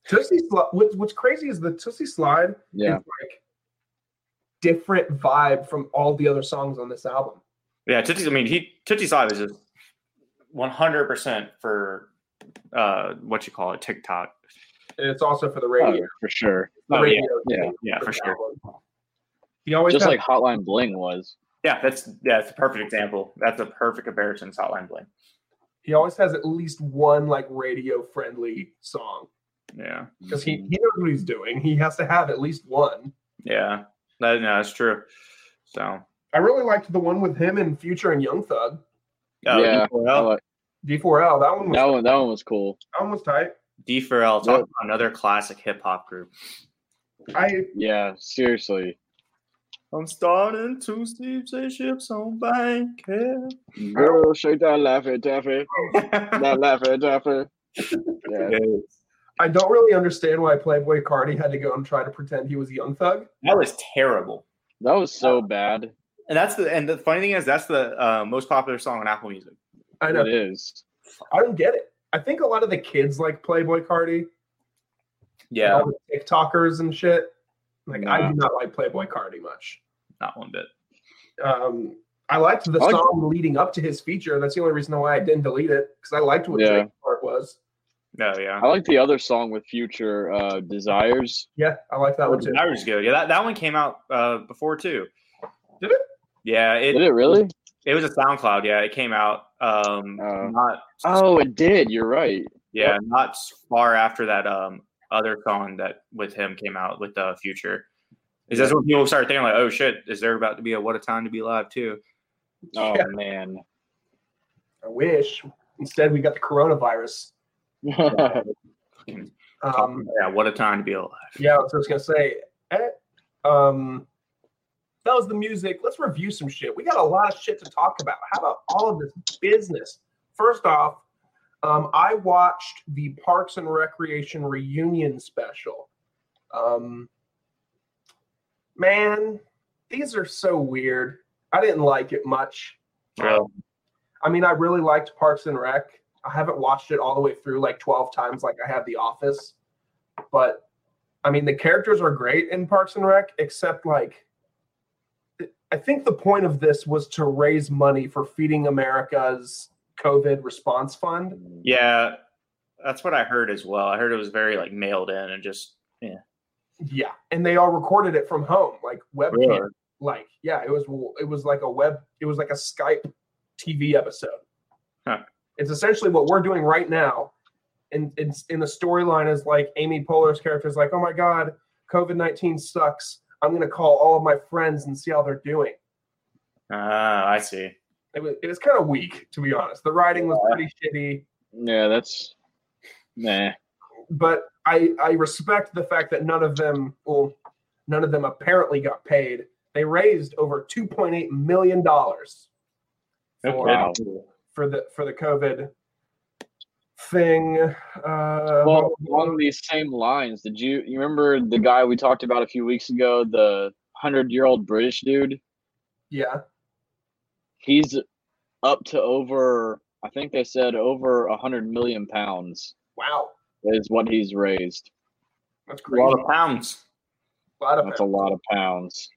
[SPEAKER 1] Tootsie Slide. What's, what's crazy is the Tootsie Slide
[SPEAKER 3] Yeah,
[SPEAKER 1] is like different vibe from all the other songs on this album.
[SPEAKER 2] yeah, Tootsie. I mean, he Tootsie Slide is just one hundred percent for uh what you call it TikTok.
[SPEAKER 1] And it's also for the radio.
[SPEAKER 3] Oh, for sure.
[SPEAKER 1] the
[SPEAKER 2] Oh, yeah.
[SPEAKER 1] radio
[SPEAKER 3] yeah,
[SPEAKER 1] thing
[SPEAKER 2] yeah, for
[SPEAKER 1] this
[SPEAKER 2] sure.
[SPEAKER 1] album. He always
[SPEAKER 3] Just
[SPEAKER 1] has-
[SPEAKER 3] like Hotline Bling was.
[SPEAKER 2] Yeah, that's yeah, that's a perfect example. That's a perfect comparison. to Hotline Bling.
[SPEAKER 1] he always has at least one like radio friendly song
[SPEAKER 2] Yeah,
[SPEAKER 1] because he,
[SPEAKER 3] Mm-hmm.
[SPEAKER 1] he knows what he's doing. He has to have at least one.
[SPEAKER 2] yeah, that, no, that's true. So
[SPEAKER 1] I really liked the one with him and Future and Young Thug.
[SPEAKER 2] uh,
[SPEAKER 3] Yeah, I
[SPEAKER 2] D4L,
[SPEAKER 3] like-
[SPEAKER 1] D4L. That one was,
[SPEAKER 3] that one that one was cool.
[SPEAKER 1] that one was tight.
[SPEAKER 2] D4L, talk about another classic hip hop group.
[SPEAKER 1] I
[SPEAKER 3] Yeah, seriously.
[SPEAKER 2] I'm starting to see say ships on
[SPEAKER 3] (laughs)
[SPEAKER 2] bank. (laughs)
[SPEAKER 3] Girl, shake that laffy taffy, that laffy taffy. Yeah,
[SPEAKER 1] I don't really understand why Playboy Cardi had to go and try to pretend he was Young Thug.
[SPEAKER 2] That was terrible.
[SPEAKER 3] that was so bad.
[SPEAKER 2] And that's the and the funny thing is that's the uh, most popular song on Apple Music.
[SPEAKER 1] I know.
[SPEAKER 3] It is.
[SPEAKER 1] I don't get it. I think a lot of the kids like Playboy Cardi.
[SPEAKER 2] Yeah,
[SPEAKER 1] All the TikTokers and shit. Like I
[SPEAKER 3] Nah.
[SPEAKER 1] do not like Playboy Cardi much.
[SPEAKER 2] not one bit.
[SPEAKER 1] um, I liked the
[SPEAKER 3] I like-
[SPEAKER 1] song leading up to his feature. That's the only reason why I didn't delete it because I liked what
[SPEAKER 3] Yeah.
[SPEAKER 1] Drake's part was.
[SPEAKER 2] No, Oh, yeah.
[SPEAKER 3] I like the other song with Future, uh, Desires.
[SPEAKER 1] Yeah, I liked that one too.
[SPEAKER 2] That was good. Yeah, that, that one came out uh, before too.
[SPEAKER 1] Did it?
[SPEAKER 2] Yeah,
[SPEAKER 3] Did
[SPEAKER 2] it
[SPEAKER 3] it really?
[SPEAKER 2] it was a SoundCloud. Yeah, it came out. Um,
[SPEAKER 3] Oh.
[SPEAKER 2] not
[SPEAKER 3] Oh, it did. You're right.
[SPEAKER 2] yeah, not s- far after that um other song that with him came out with the uh, future. Is that's when people start thinking like, oh shit, is there about to be a what a time to be alive too?
[SPEAKER 3] Oh
[SPEAKER 1] Yeah. (laughs)
[SPEAKER 3] man.
[SPEAKER 1] I wish. Instead, we got the coronavirus. Um,
[SPEAKER 2] yeah, what a time to be alive.
[SPEAKER 1] yeah, so I was gonna say. eh, um, that was the music. Let's review some shit. We got a lot of shit to talk about. How about all of this business? First off, um, I watched the Parks and Recreation reunion special. Um, man, these are so weird. I didn't like it much.
[SPEAKER 2] Really?
[SPEAKER 1] I mean, I really liked Parks and Rec. I haven't watched it all the way through like 12 times like I have The Office. But I mean, the characters are great in Parks and Rec, except like I think the point of this was to raise money for Feeding America's COVID response fund.
[SPEAKER 2] Yeah, that's what I heard as well. I heard it was very like mailed in and just
[SPEAKER 1] Yeah. And they all recorded it from home, like webcam.
[SPEAKER 2] Really?
[SPEAKER 1] Like, yeah, it was it was like a web it was like a Skype TV episode.
[SPEAKER 2] Huh.
[SPEAKER 1] It's essentially what we're doing right now. And it's in the storyline is like Amy Poehler's character is like, oh my God, COVID 19 sucks. I'm gonna call all of my friends and see how they're doing.
[SPEAKER 2] ah, I see.
[SPEAKER 1] It was it was kind of weak, to be honest. The writing was pretty shitty.
[SPEAKER 3] yeah, that's nah.
[SPEAKER 1] but I I respect the fact that none of them well none of them apparently got paid They raised over 2.8 million dollars for,
[SPEAKER 3] Wow.
[SPEAKER 1] for the for the COVID thing. Uh,
[SPEAKER 3] Well, along these same lines, did you you remember the guy we talked about a few weeks ago, the hundred year old British dude?
[SPEAKER 1] yeah,
[SPEAKER 3] He's up to over, I think they said over a hundred million pounds
[SPEAKER 1] wow,
[SPEAKER 3] is what he's raised.
[SPEAKER 1] that's
[SPEAKER 2] A
[SPEAKER 1] crazy.
[SPEAKER 2] lot of pounds.
[SPEAKER 1] A lot of
[SPEAKER 3] That's a lot of pounds.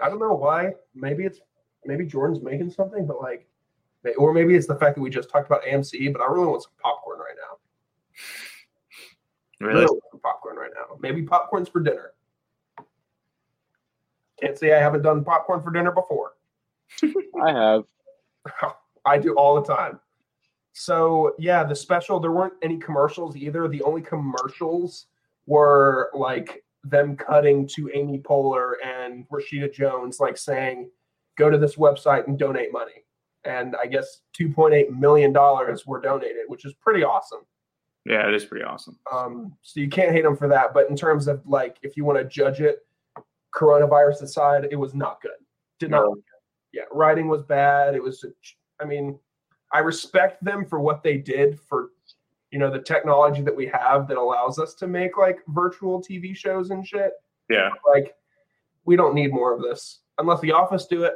[SPEAKER 1] I don't know why. Maybe it's maybe Jordan's making something, but like, may- or maybe it's the fact that we just talked about AMC. E, But I really want some popcorn right now. I
[SPEAKER 2] Really?
[SPEAKER 1] really want some popcorn right now. Maybe popcorn's for dinner. Can't say I haven't done popcorn for dinner before.
[SPEAKER 3] I have.
[SPEAKER 1] I do all the time. So yeah, the special there weren't any commercials either. The only commercials were like them cutting to Amy Poehler and Rashida Jones, like saying, "Go to this website and donate money." And I guess 2.8 million dollars were donated, which is pretty awesome.
[SPEAKER 2] Yeah, it is pretty awesome.
[SPEAKER 1] Um, so you can't hate them for that. But in terms of like, if you want to judge it, coronavirus aside, it was not good. Did not.
[SPEAKER 2] No.
[SPEAKER 1] look good. Yeah, writing was bad. It was. I mean, I respect them for what they did for, you know, the technology that we have that allows us to make like virtual TV shows and shit.
[SPEAKER 2] Yeah.
[SPEAKER 1] Like, we don't need more of this unless The Office do it.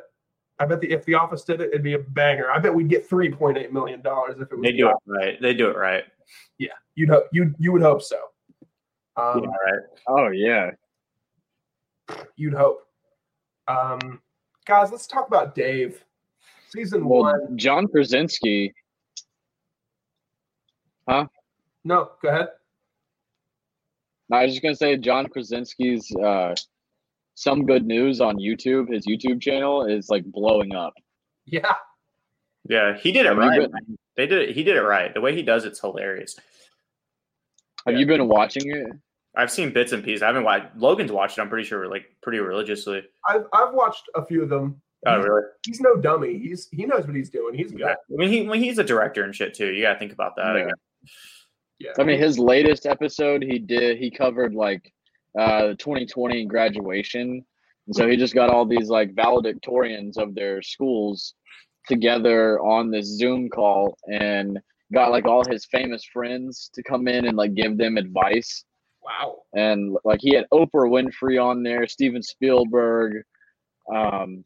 [SPEAKER 1] I bet the, if The Office did it, it'd be a banger. I bet we'd get three point eight million dollars if it was.
[SPEAKER 2] They do it right. They do it right.
[SPEAKER 1] You'd hope you you would hope so. Um,
[SPEAKER 2] Yeah, right.
[SPEAKER 3] Oh yeah.
[SPEAKER 1] you'd hope. Um, guys, let's talk about Dave. Season
[SPEAKER 3] Well,
[SPEAKER 1] one.
[SPEAKER 3] John Krasinski.
[SPEAKER 1] No, go ahead. (laughs)
[SPEAKER 3] I was just gonna say John Krasinski's uh, some good news on YouTube. His YouTube channel is like blowing up.
[SPEAKER 1] Yeah,
[SPEAKER 2] Yeah, he did it
[SPEAKER 3] Have you
[SPEAKER 2] right.
[SPEAKER 3] been-
[SPEAKER 2] man. They did it. He did it right. The way he does it's hilarious.
[SPEAKER 3] Have
[SPEAKER 2] Yeah.
[SPEAKER 3] you been watching it?
[SPEAKER 2] I've seen bits and pieces. I haven't watched. Logan's watched it. I'm pretty sure, like pretty religiously.
[SPEAKER 1] I've I've watched a few of them.
[SPEAKER 2] Oh, really?
[SPEAKER 1] He's no dummy. He's he knows what he's doing. He's
[SPEAKER 2] Yeah.
[SPEAKER 1] good.
[SPEAKER 2] I mean, he when he's a director and shit too. You gotta think about that. I
[SPEAKER 3] Yeah.
[SPEAKER 2] guess.
[SPEAKER 1] Yeah,
[SPEAKER 3] I mean, his latest episode he did he covered like uh 2020 graduation, and so he just got all these like valedictorians of their schools together on this Zoom call and got like all his famous friends to come in and like give them advice.
[SPEAKER 1] wow.
[SPEAKER 3] And like he had Oprah Winfrey on there, Steven Spielberg. Um,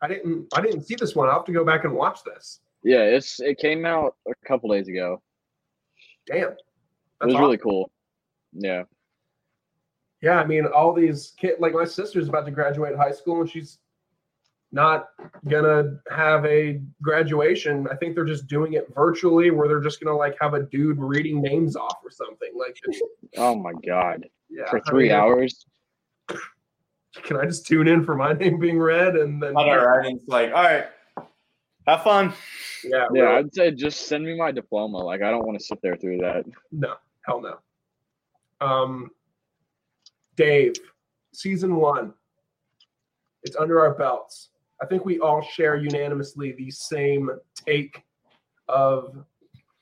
[SPEAKER 1] I didn't I didn't see this one. I'll have to go back and watch this.
[SPEAKER 3] yeah, it's it came out a couple days ago.
[SPEAKER 1] Damn.
[SPEAKER 3] It was really cool. Yeah.
[SPEAKER 1] Yeah, I mean, all these kids, like my sister's about to graduate high school and she's not gonna have a graduation. I think they're just doing it virtually where they're just gonna like have a dude reading names off or something. Like,
[SPEAKER 3] Oh my god.
[SPEAKER 1] yeah,
[SPEAKER 3] For
[SPEAKER 1] I
[SPEAKER 3] three
[SPEAKER 1] mean,
[SPEAKER 3] hours.
[SPEAKER 1] Can I just tune in for my (laughs) name being read and then?
[SPEAKER 2] All right. and It's like, all right. Have fun.
[SPEAKER 1] Yeah,
[SPEAKER 3] Yeah,
[SPEAKER 1] really.
[SPEAKER 3] I'd say just send me my diploma. Like I don't want to sit there through that.
[SPEAKER 1] No, hell no. Um, Dave, season one. It's under our belts. I think we all share unanimously the same take of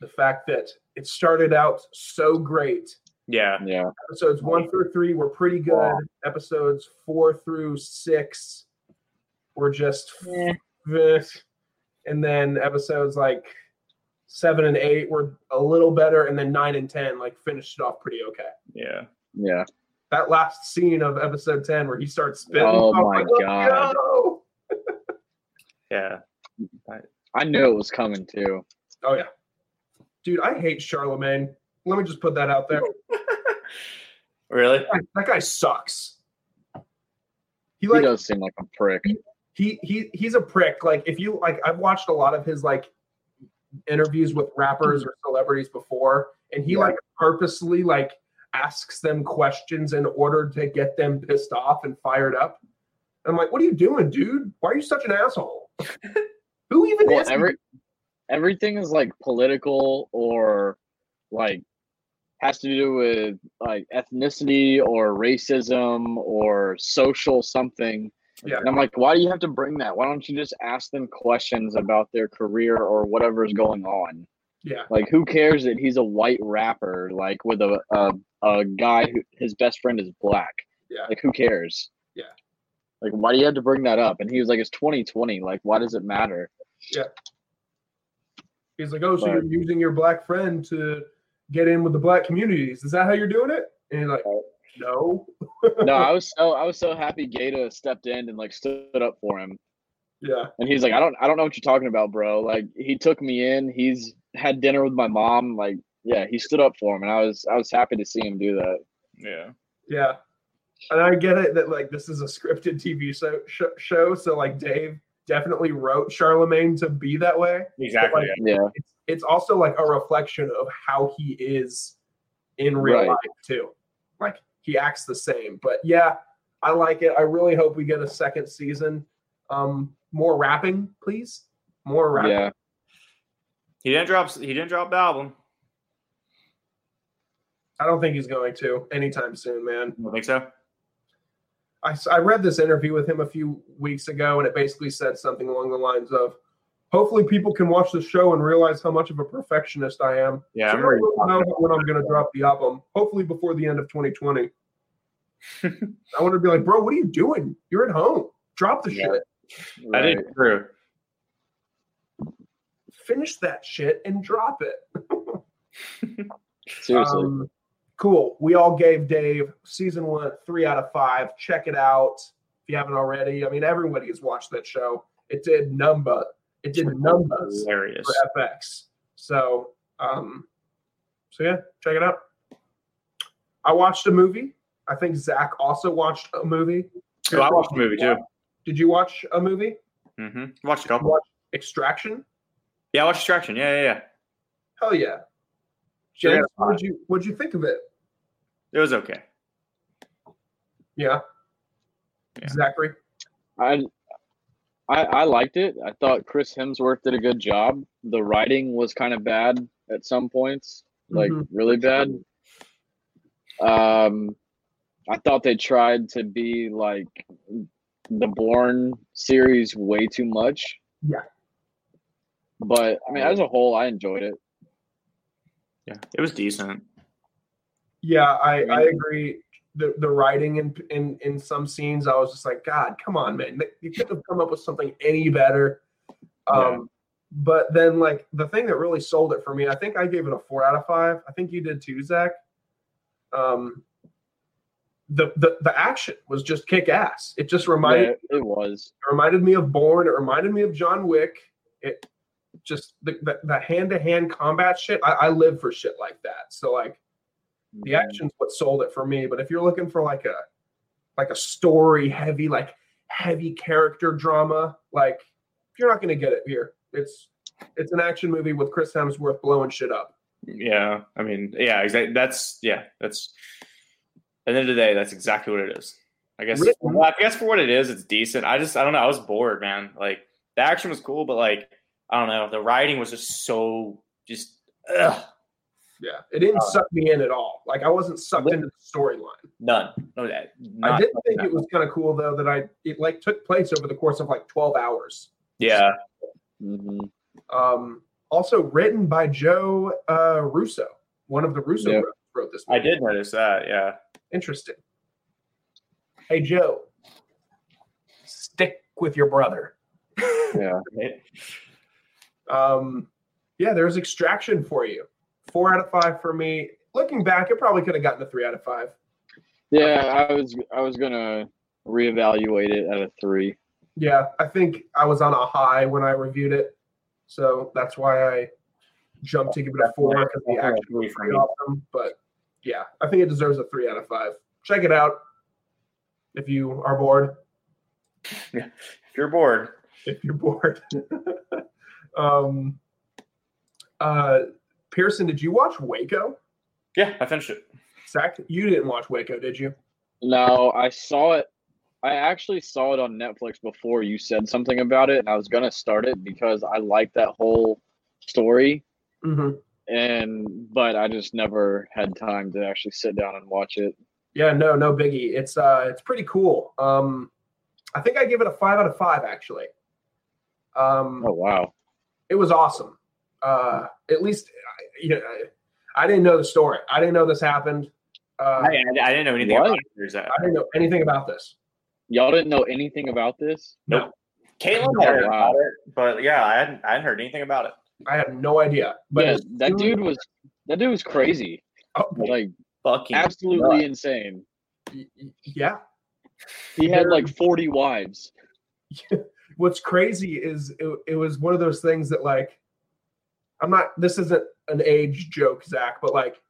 [SPEAKER 1] the fact that it started out so great.
[SPEAKER 2] Yeah.
[SPEAKER 3] Yeah.
[SPEAKER 1] Episodes one through three were pretty good. Episodes four through six were just this and then episodes like seven and eight were a little better and then nine and ten like finished it off pretty okay
[SPEAKER 2] Yeah.
[SPEAKER 3] Yeah.
[SPEAKER 1] that last scene of episode 10 where he starts spitting
[SPEAKER 3] Oh
[SPEAKER 1] I'm
[SPEAKER 3] my
[SPEAKER 1] like, "Let's
[SPEAKER 3] God.
[SPEAKER 1] go!"
[SPEAKER 2] Yeah.
[SPEAKER 3] I knew it was coming too.
[SPEAKER 1] oh yeah dude i hate charlemagne let me just put that out there
[SPEAKER 2] Really?
[SPEAKER 1] that guy sucks he
[SPEAKER 3] He
[SPEAKER 1] like
[SPEAKER 3] does seem like a prick.
[SPEAKER 1] he he he's a prick. Like if you like, I've watched a lot of his like interviews with rappers or celebrities before, and he
[SPEAKER 3] Yeah.
[SPEAKER 1] like purposely like asks them questions in order to get them pissed off and fired up. And I'm like, what are you doing, dude? Why are you such an asshole? Who even
[SPEAKER 3] Well,
[SPEAKER 1] is? he?
[SPEAKER 3] every everything is like political or like has to do with like ethnicity or racism or social something.
[SPEAKER 1] Yeah.
[SPEAKER 3] And I'm like, why do you have to bring that? Why don't you just ask them questions about their career or whatever's going on?
[SPEAKER 1] yeah,
[SPEAKER 3] Like, who cares that he's a white rapper? Like, with a a, a guy who his best friend is black.
[SPEAKER 1] Yeah.
[SPEAKER 3] Like, who cares?
[SPEAKER 1] Yeah.
[SPEAKER 3] Like, why do you have to bring that up? And he was like, it's 2020. Like, why does it matter?
[SPEAKER 1] He's like, oh, so
[SPEAKER 3] Right.
[SPEAKER 1] you're using your black friend to get in with the black communities. Is that how you're doing it? And you're like, no.
[SPEAKER 3] No, I was so I was so happy Gata stepped in and like stood up for him.
[SPEAKER 1] Yeah.
[SPEAKER 3] And he's like, I don't I don't know what you're talking about, bro. Like he took me in. He's had dinner with my mom. Like, yeah, he stood up for him, and I was I was happy to see him do that.
[SPEAKER 2] Yeah.
[SPEAKER 1] Yeah. And I get it that like this is a scripted TV so, sh- show. So like Dave definitely wrote Charlemagne to be that way.
[SPEAKER 2] Exactly.
[SPEAKER 1] Like-
[SPEAKER 2] yeah.
[SPEAKER 3] Yeah,
[SPEAKER 1] It's, it's also like a reflection of how he is in real
[SPEAKER 3] Right.
[SPEAKER 1] life too. Like he acts the same. But yeah, I like it. I really hope we get a second season. Um, more rapping, please. More rapping.
[SPEAKER 3] yeah.
[SPEAKER 2] He didn't drop. He didn't drop the album.
[SPEAKER 1] I don't think he's going to anytime soon, man.
[SPEAKER 2] I don't think so.
[SPEAKER 1] I, s- I read this interview with him a few weeks ago, and it basically said something along the lines of, "Hopefully, people can watch the show and realize how much of a perfectionist I am.
[SPEAKER 2] Yeah.
[SPEAKER 1] So
[SPEAKER 2] I'm
[SPEAKER 1] I
[SPEAKER 2] ready.
[SPEAKER 1] will know when I'm going to drop the album. Hopefully, before the end of
[SPEAKER 2] (laughs)
[SPEAKER 1] 2020. I want to be like, bro, what are you doing? You're at home. Drop the
[SPEAKER 2] Yeah.
[SPEAKER 1] shit.
[SPEAKER 2] That
[SPEAKER 3] Right.
[SPEAKER 2] is true.
[SPEAKER 1] Finish that shit and drop it.
[SPEAKER 3] Seriously.
[SPEAKER 1] Um, cool. We all gave Dave season one three out of five. Check it out if you haven't already. I mean, everybody has watched that show. It did number. It did numbers
[SPEAKER 2] Hilarious.
[SPEAKER 1] for FX. So, um, so yeah, check it out. I watched a movie. I think Zach also watched a movie.
[SPEAKER 2] So I watched the movie too.
[SPEAKER 1] Did you watch a movie?
[SPEAKER 2] hmm Watched a couple.
[SPEAKER 1] Watch Extraction.
[SPEAKER 2] Yeah, I watched Distraction. Yeah, yeah, yeah.
[SPEAKER 1] Hell yeah.
[SPEAKER 2] Check it
[SPEAKER 1] James,
[SPEAKER 2] out.
[SPEAKER 1] what would you what'd you think of it?
[SPEAKER 2] It was okay.
[SPEAKER 1] Yeah.
[SPEAKER 2] Yeah.
[SPEAKER 1] Zachary.
[SPEAKER 3] I, I I liked it. I thought Chris Hemsworth did a good job. The writing was kind of bad at some points, like
[SPEAKER 1] Mhm.
[SPEAKER 3] really bad. Um, I thought they tried to be like the Bourne series way too much.
[SPEAKER 1] Yeah.
[SPEAKER 3] But I mean, as a whole, I enjoyed it.
[SPEAKER 2] Yeah, it was decent.
[SPEAKER 1] Yeah, I, I
[SPEAKER 3] Mhm.
[SPEAKER 1] agree. The the writing in, in in some scenes, I was just like, God, come on, man! Like, You couldn't have come up with something any better. Um,
[SPEAKER 2] Yeah.
[SPEAKER 1] but then like the thing that really sold it for me, I think I gave it a four out of five. I think you did too, Zach. Um, the the the action was just kick ass. It just reminded
[SPEAKER 3] Yeah, it was.
[SPEAKER 1] it reminded me of Bourne. It reminded me of John Wick. It just the the- the hand to hand combat shit. I, I live for shit like that. So like the action's what sold it for me. But if you're looking for like a like a story heavy, like heavy character drama, like you're not gonna get it here. It's it's an action movie with Chris Hemsworth blowing shit up.
[SPEAKER 2] Yeah, I mean, yeah, exactly. That's yeah, that's. At the end of the day, that's exactly what it is. I guess.
[SPEAKER 1] Really?
[SPEAKER 2] well, I guess for what it is, it's decent. I just, I don't know. I was bored, man. Like the action was cool, but like, I don't know. The writing was just so just. Ugh,
[SPEAKER 1] Yeah. It didn't
[SPEAKER 2] Uh,
[SPEAKER 1] suck me in at all. Like I wasn't sucked
[SPEAKER 2] Lit-
[SPEAKER 1] into the storyline.
[SPEAKER 2] none. No, that.
[SPEAKER 1] I
[SPEAKER 2] Not,
[SPEAKER 1] did think
[SPEAKER 2] no.
[SPEAKER 1] it was kind of cool though that I it like took place over the course of like 12 hours.
[SPEAKER 2] Yeah.
[SPEAKER 3] Mhm.
[SPEAKER 1] Um, also written by Joe uh, Russo, one of the Russo
[SPEAKER 3] Yeah.
[SPEAKER 1] brothers wrote this.
[SPEAKER 2] I did notice that. Yeah.
[SPEAKER 1] Interesting. Hey Joe, stick with your brother.
[SPEAKER 3] Yeah.
[SPEAKER 1] Um, yeah, there's extraction for you. Four out of five for me. Looking back, it probably could have gotten a three out of five.
[SPEAKER 3] Yeah. I was I was gonna reevaluate it at a three.
[SPEAKER 1] Yeah, I think I was on a high when I reviewed it, so that's why I jumped to give it a four because the action
[SPEAKER 2] Agree for
[SPEAKER 1] pretty
[SPEAKER 2] me.
[SPEAKER 1] awesome. But yeah, I think it deserves a three out of five. Check it out if you are bored. (laughs)
[SPEAKER 2] If you're bored.
[SPEAKER 1] If you're bored. (laughs) um, uh, Pearson, did you watch Waco?
[SPEAKER 2] Yeah, I finished it.
[SPEAKER 1] Zach, you didn't watch Waco, did you?
[SPEAKER 3] No, I saw it. I actually saw it on Netflix before you said something about it, and I was gonna start it because I like that whole story.
[SPEAKER 1] Mm-hmm.
[SPEAKER 3] And but I just never had time to actually sit down and watch it.
[SPEAKER 1] Yeah, no, no biggie. It's uh, it's pretty cool. Um, I think I give it a five out of five actually. Um,
[SPEAKER 3] Oh wow!
[SPEAKER 1] it was awesome. Uh, at least, I- you know, I, I didn't know the story. I didn't know this happened. Uh,
[SPEAKER 2] I, I didn't know anything
[SPEAKER 3] What?
[SPEAKER 2] about it. There's that.
[SPEAKER 1] I didn't know anything about this.
[SPEAKER 3] Y'all didn't know anything about this?
[SPEAKER 2] Nope. Caitlin heard
[SPEAKER 3] Oh, wow.
[SPEAKER 2] about it, but yeah, I hadn't, I hadn't heard anything about it.
[SPEAKER 1] I have no idea. But
[SPEAKER 3] yeah,
[SPEAKER 1] as
[SPEAKER 3] that
[SPEAKER 1] soon-
[SPEAKER 3] dude was that dude was crazy.
[SPEAKER 1] Oh,
[SPEAKER 3] Like
[SPEAKER 2] Fucking
[SPEAKER 3] absolutely
[SPEAKER 2] nuts.
[SPEAKER 3] insane.
[SPEAKER 1] y- y- yeah.
[SPEAKER 3] He had like 40 wives.
[SPEAKER 1] What's crazy is it, it was one of those things that like I'm not this isn't an age joke, Zach, but like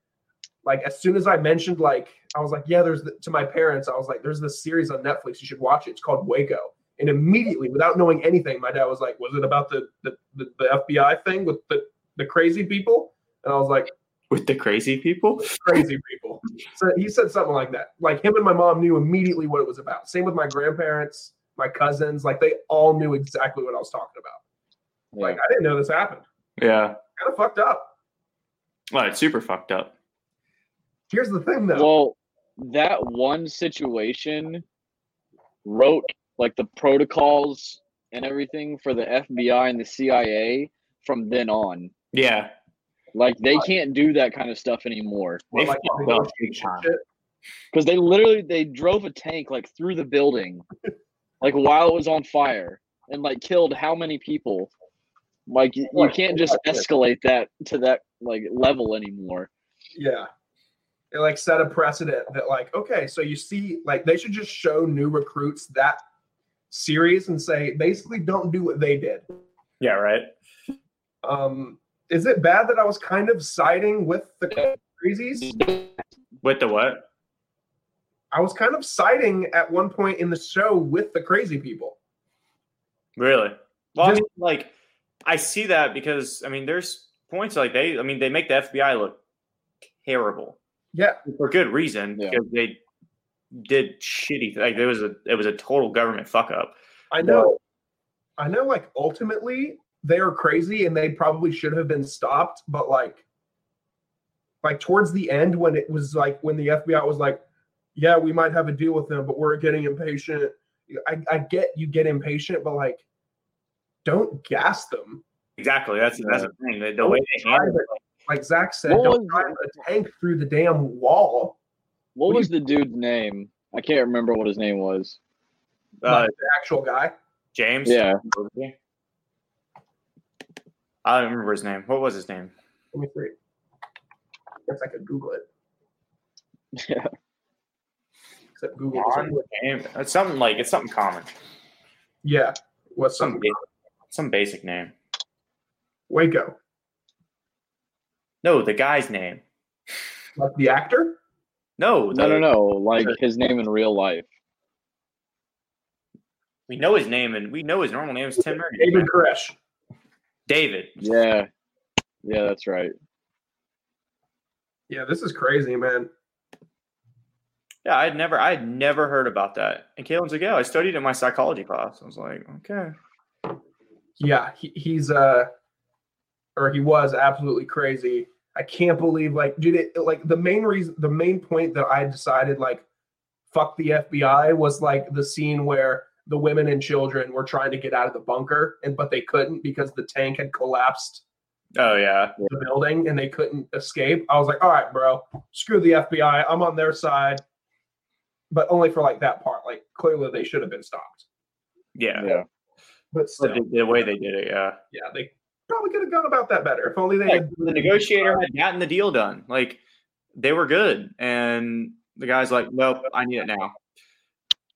[SPEAKER 1] like as soon as I mentioned like I was like, yeah, there's the, to my parents, I was like, there's this series on Netflix, you should watch it. It's called Waco. And immediately, without knowing anything, my dad was like, Was it about the the, the, the FBI thing with the, the crazy people? And I was like,
[SPEAKER 2] with the crazy people.
[SPEAKER 1] crazy people. So he said something like that. Like him and my mom knew immediately what it was about. Same with my grandparents, my cousins. Like they all knew exactly what I was talking about.
[SPEAKER 3] Yeah.
[SPEAKER 1] Like I didn't know this happened.
[SPEAKER 2] Yeah,
[SPEAKER 1] Kind of fucked up.
[SPEAKER 2] well, it's super fucked up.
[SPEAKER 1] Here's the thing though.
[SPEAKER 3] Well, that one situation wrote like the protocols and everything for the FBI and the CIA from then on.
[SPEAKER 2] Yeah,
[SPEAKER 3] Like they can't do that kind of stuff anymore
[SPEAKER 1] Well,
[SPEAKER 2] they
[SPEAKER 1] like,
[SPEAKER 2] fucked
[SPEAKER 1] the
[SPEAKER 2] up big time.
[SPEAKER 1] shit.
[SPEAKER 3] because they literally they drove a tank like through
[SPEAKER 1] (laughs)
[SPEAKER 3] the building, like while it was on fire, and like killed how many people. Like y- you
[SPEAKER 1] Right,
[SPEAKER 3] can't just
[SPEAKER 1] right, right.
[SPEAKER 3] escalate that to that like level anymore.
[SPEAKER 1] Yeah. It like set a precedent that like, okay, so you see, like they should just show new recruits that series and say basically don't do what they did.
[SPEAKER 2] Yeah, right.
[SPEAKER 1] Um, is it bad that I was kind of siding with the crazies?
[SPEAKER 2] With the what?
[SPEAKER 1] I was kind of siding at one point in the show with the crazy people.
[SPEAKER 2] Really? Well, I
[SPEAKER 1] Just-
[SPEAKER 2] mean, like I see that because I mean, there's points like they. I mean, they make the FBI look terrible
[SPEAKER 1] Yeah,
[SPEAKER 2] for good reason
[SPEAKER 3] Yeah.
[SPEAKER 2] because they did shitty. Like there was a it was a total government fuck up.
[SPEAKER 1] I know. I know, like, ultimately, they are crazy and they probably should have been stopped, but like, like towards the end when it was like when the FBI was like, yeah, we might have a deal with them, but we're getting impatient. I, I get you get impatient, but like, don't gas them.
[SPEAKER 2] Exactly. That's that's the thing. The, the way they
[SPEAKER 1] Drive
[SPEAKER 2] handled
[SPEAKER 1] it. Like Zach said,
[SPEAKER 3] What
[SPEAKER 1] don't
[SPEAKER 3] was-
[SPEAKER 1] drive a tank through the damn wall.
[SPEAKER 3] What
[SPEAKER 1] What do
[SPEAKER 3] was the dude's name? I can't remember what his name was.
[SPEAKER 2] uh,
[SPEAKER 1] like the actual guy.
[SPEAKER 2] James.
[SPEAKER 3] Yeah,
[SPEAKER 2] I don't remember his name. What was his name?
[SPEAKER 1] Let me see. Guess I could Google it.
[SPEAKER 3] Yeah.
[SPEAKER 1] Except Google.
[SPEAKER 2] Ron? Name- It's something like it's something common.
[SPEAKER 1] Yeah. What's
[SPEAKER 2] Some
[SPEAKER 1] some
[SPEAKER 2] ba- some basic name.
[SPEAKER 1] Waco?
[SPEAKER 2] No, the guy's name.
[SPEAKER 1] Like the actor?
[SPEAKER 2] No, the,
[SPEAKER 3] no, no, no. Like
[SPEAKER 2] the-
[SPEAKER 3] his name in real life.
[SPEAKER 2] We know his name, and we know his normal name is Tim Murray.
[SPEAKER 1] David Koresh.
[SPEAKER 2] David.
[SPEAKER 3] Yeah, yeah, that's right.
[SPEAKER 1] Yeah, this is crazy, man.
[SPEAKER 2] Yeah, I'd never, I had never heard about that. And Caitlin's like, "Yeah, I studied in my psychology class." I was like, "Okay,
[SPEAKER 1] Yeah, he, he's uh or he was absolutely crazy. I can't believe like dude it, like the main reason the main point that I decided like fuck the FBI was like the scene where the women and children were trying to get out of the bunker and but they couldn't because the tank had collapsed
[SPEAKER 2] oh yeah,
[SPEAKER 1] the building and they couldn't escape. I was like, all right, bro, screw the FBI. I'm on their side. But only for like that part. Like clearly they should have been stopped.
[SPEAKER 2] yeah."
[SPEAKER 3] Yeah,
[SPEAKER 1] But still,
[SPEAKER 2] But The, the way they did it, yeah.
[SPEAKER 1] yeah, they probably could have gone about that better. If only they
[SPEAKER 2] Like,
[SPEAKER 1] had
[SPEAKER 2] the negotiator had gotten the deal done. Like they were good, and the guy's like, "Nope, I need it now."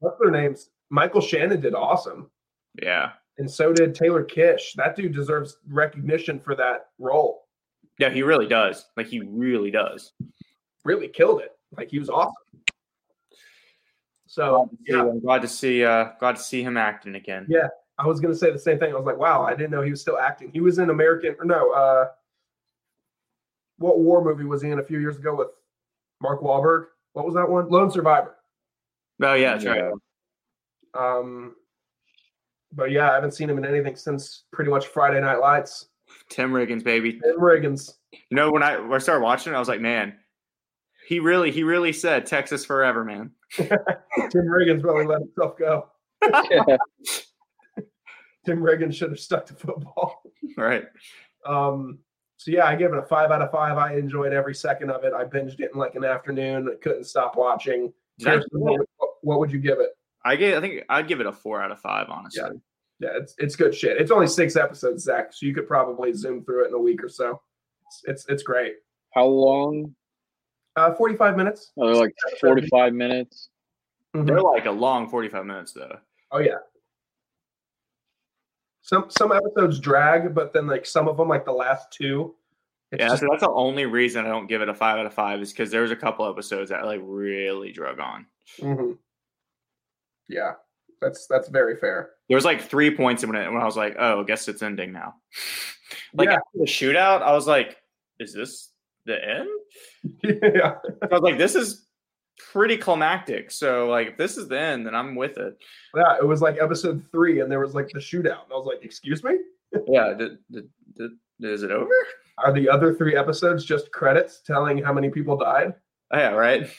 [SPEAKER 1] what's their names? Michael Shannon did awesome.
[SPEAKER 2] Yeah,
[SPEAKER 1] And so did Taylor Kish. That dude deserves recognition for that role.
[SPEAKER 2] yeah, he really does. Like he really does.
[SPEAKER 1] Really killed it. Like he was awesome. So yeah,
[SPEAKER 2] I'm glad to see, uh, glad to see him acting again.
[SPEAKER 1] Yeah. I was gonna say the same thing. I was like, wow, I didn't know he was still acting. He was in American or no, uh what war movie was he in a few years ago with Mark Wahlberg? What was that one? Lone Survivor.
[SPEAKER 2] Oh yeah, that's right.
[SPEAKER 1] Um but yeah, I haven't seen him in anything since pretty much Friday Night Lights.
[SPEAKER 2] Tim Riggins, baby.
[SPEAKER 1] Tim Riggins.
[SPEAKER 2] You know, when I, when I started watching it, I was like, man, he really, he really said Texas forever, man. (laughs)
[SPEAKER 1] Tim Riggins really let himself go.
[SPEAKER 3] yeah. (laughs)
[SPEAKER 1] Tim Riggins should have stuck to football.
[SPEAKER 2] Right.
[SPEAKER 1] Um so yeah, I gave it a five out of five. I enjoyed every second of it. I binged it in like an afternoon. I couldn't stop watching.
[SPEAKER 2] Did I,
[SPEAKER 1] Kirsten, what would- what would you give it?
[SPEAKER 2] I get. I think I'd give it a four out of five. Honestly,
[SPEAKER 1] Yeah, it's it's good shit. It's only six episodes, Zach, so you could probably zoom through it in a week or so. It's it's, it's great.
[SPEAKER 3] How long?
[SPEAKER 1] Uh, forty-five minutes.
[SPEAKER 3] Oh, they're like forty-five minutes.
[SPEAKER 1] Mhm.
[SPEAKER 2] they're like a long forty-five minutes though.
[SPEAKER 1] Oh yeah. Some some episodes drag, but then like some of them, like the last two, it's (laughs)
[SPEAKER 2] yeah,
[SPEAKER 1] just
[SPEAKER 2] so that's the only reason I don't give it a five out of five is because there was a couple episodes that like really drug on.
[SPEAKER 1] hmm Yeah, that's that's very fair.
[SPEAKER 2] There was like three points when, it, when I was like, oh, I guess it's ending now. like
[SPEAKER 1] Yeah.
[SPEAKER 2] after the shootout, I was like, is this the end?
[SPEAKER 1] yeah, (laughs)
[SPEAKER 2] I was like, this is pretty climactic. So like, if this is the end, then I'm with it.
[SPEAKER 1] yeah. It was like episode three, and there was like the shootout, and I was like, "Excuse me,
[SPEAKER 2] Yeah. Did, did, did, is it over?
[SPEAKER 1] are the other three episodes just credits telling how many people died?"
[SPEAKER 2] Oh, yeah. Right. It's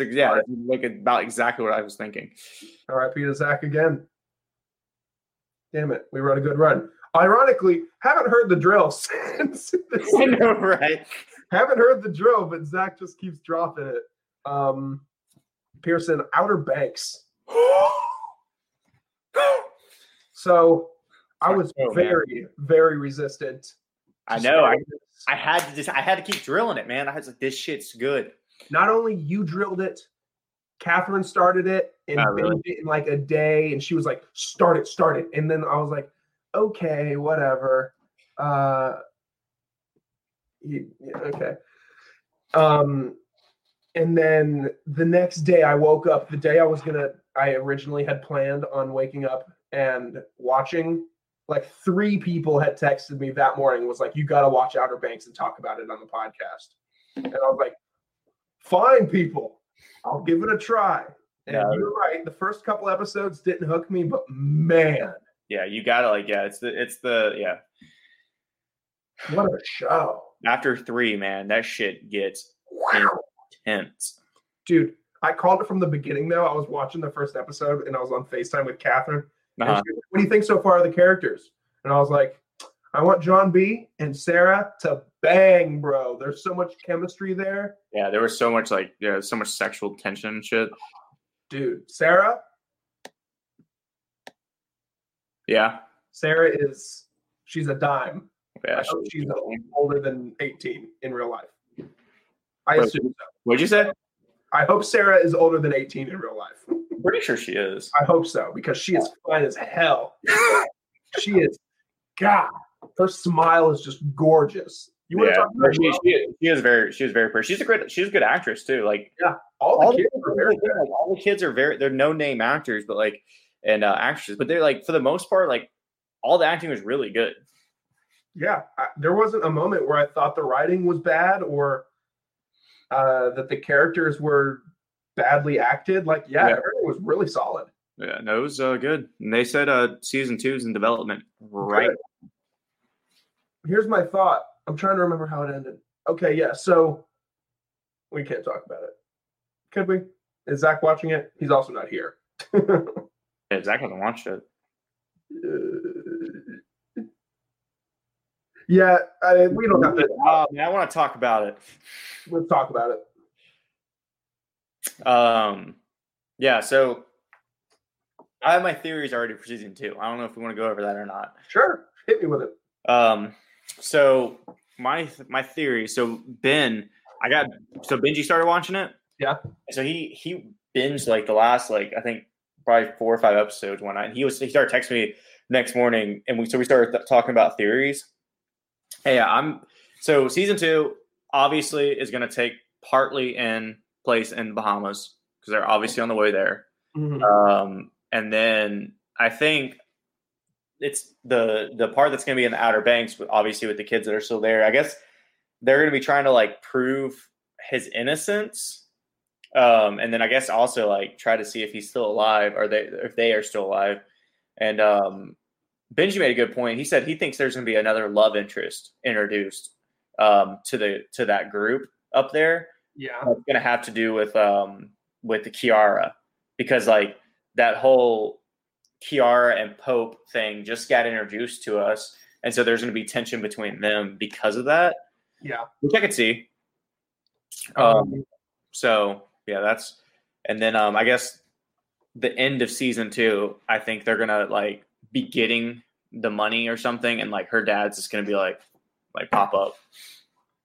[SPEAKER 2] like, yeah. it's Like about exactly what I was thinking. (laughs)
[SPEAKER 1] R.I.P. to Zach again. Damn it, we run a good run. Ironically, haven't heard the drill (laughs) since. this-
[SPEAKER 2] I know, right? (gasps)
[SPEAKER 1] haven't heard the drill, but Zach just keeps dropping it. Um, Pearson, Outer Banks. So I was
[SPEAKER 2] Oh, man.
[SPEAKER 1] very, very resistant.
[SPEAKER 2] I
[SPEAKER 1] to
[SPEAKER 2] know. I,
[SPEAKER 1] starting this.
[SPEAKER 2] I had to just, I had to keep drilling it, man. I was like, this shit's good.
[SPEAKER 1] Not only you drilled it, Catherine started it and
[SPEAKER 2] Oh, really?
[SPEAKER 1] binged it in like a day, and she was like, "Start it, start it," and then I was like, "Okay, whatever." Uh, you- yeah, okay. Um, and then the next day, I woke up. The day I was gonna, I originally had planned on waking up and watching. Like three people had texted me that morning, was like, "You got to watch Outer Banks and talk about it on the podcast." And I was like, "Fine, people, I'll give it a try." And
[SPEAKER 2] Yeah.
[SPEAKER 1] you're right. The first couple episodes didn't hook me, but man,
[SPEAKER 2] Yeah. You gotta like, yeah, it's the, it's the, yeah.
[SPEAKER 1] what a show!
[SPEAKER 2] After three, man, that shit gets
[SPEAKER 1] Wow.
[SPEAKER 2] intense.
[SPEAKER 1] dude. I called it from the beginning though. I was watching the first episode and I was on FaceTime with Catherine. And
[SPEAKER 2] Uh-huh.
[SPEAKER 1] she was like, what do you think so far of the characters? And I was like, I want John B and Sarah to bang, bro. There's so much chemistry there.
[SPEAKER 2] Yeah, there was so much like yeah, so much sexual tension and shit.
[SPEAKER 1] Dude, Sarah,
[SPEAKER 2] Yeah.
[SPEAKER 1] Sarah is she's a dime.
[SPEAKER 2] Yeah.
[SPEAKER 1] I hope she's older than 18 in real life. I
[SPEAKER 2] Right.
[SPEAKER 1] assume so.
[SPEAKER 2] What'd you say?
[SPEAKER 1] I hope Sarah is older than 18 in real life.
[SPEAKER 2] Pretty sure she is.
[SPEAKER 1] I hope so because she is fine as hell. she is, God, her smile is just gorgeous. You want
[SPEAKER 2] Yeah,
[SPEAKER 1] to talk about
[SPEAKER 2] she, she, she is very she is very pretty. She's a great she's a good actress too. Like
[SPEAKER 1] all the
[SPEAKER 2] all the,
[SPEAKER 1] kids
[SPEAKER 2] kids
[SPEAKER 1] are very good.
[SPEAKER 2] like, all the kids are very they're no name actors, but like and uh, actresses, but they're like for the most part like all the acting was really good.
[SPEAKER 1] Yeah, I, there wasn't a moment where I thought the writing was bad or uh, that the characters were badly acted. Like, yeah,
[SPEAKER 2] Yeah.
[SPEAKER 1] everything was really solid.
[SPEAKER 2] Yeah, no, it was uh, good. And they said uh season two's in development right.
[SPEAKER 1] Good. Here's my thought. I'm trying to remember how it ended. Okay, yeah. So we can't talk about it. Could we? Is Zach watching it? He's also not here.
[SPEAKER 2] Yeah, Zach hasn't watched it.
[SPEAKER 1] Uh, yeah, I, we don't have to
[SPEAKER 2] Uh, man, I want to talk about it.
[SPEAKER 1] we'll talk about it.
[SPEAKER 2] Um, yeah, so I have my theories already for season two. I don't know if we want to go over that or not.
[SPEAKER 1] Sure, hit me with it.
[SPEAKER 2] Um, so my my theory. So Ben, I got so Benji started watching it.
[SPEAKER 1] Yeah.
[SPEAKER 2] So he he binged like the last like I think probably four or five episodes one night. And he was he started texting me next morning, and we so we started th- talking about theories. Hey, yeah, I'm so season two obviously is going to take partly in place in Bahamas because they're obviously on the way there.
[SPEAKER 1] Mm-hmm. Uh,
[SPEAKER 2] Um, and then I think it's the the part that's going to be in the Outer Banks, with- obviously with the kids that are still there. I guess they're going to be trying to like prove his innocence, um, and then I guess also like try to see if he's still alive or they if they are still alive. And um, Benji made a good point. He said he thinks there's going to be another love interest introduced um, to the to that group up there
[SPEAKER 1] Yeah,
[SPEAKER 2] it's gonna have to do with um with the Kiara because like that whole Kiara and Pope thing just got introduced to us, and so there's gonna be tension between them because of that,
[SPEAKER 1] yeah.
[SPEAKER 2] which I could see. Um, so yeah, that's and then um I um, guess the end of season two, I think they're gonna like be getting the money or something, and like her dad's just gonna be like like pop up.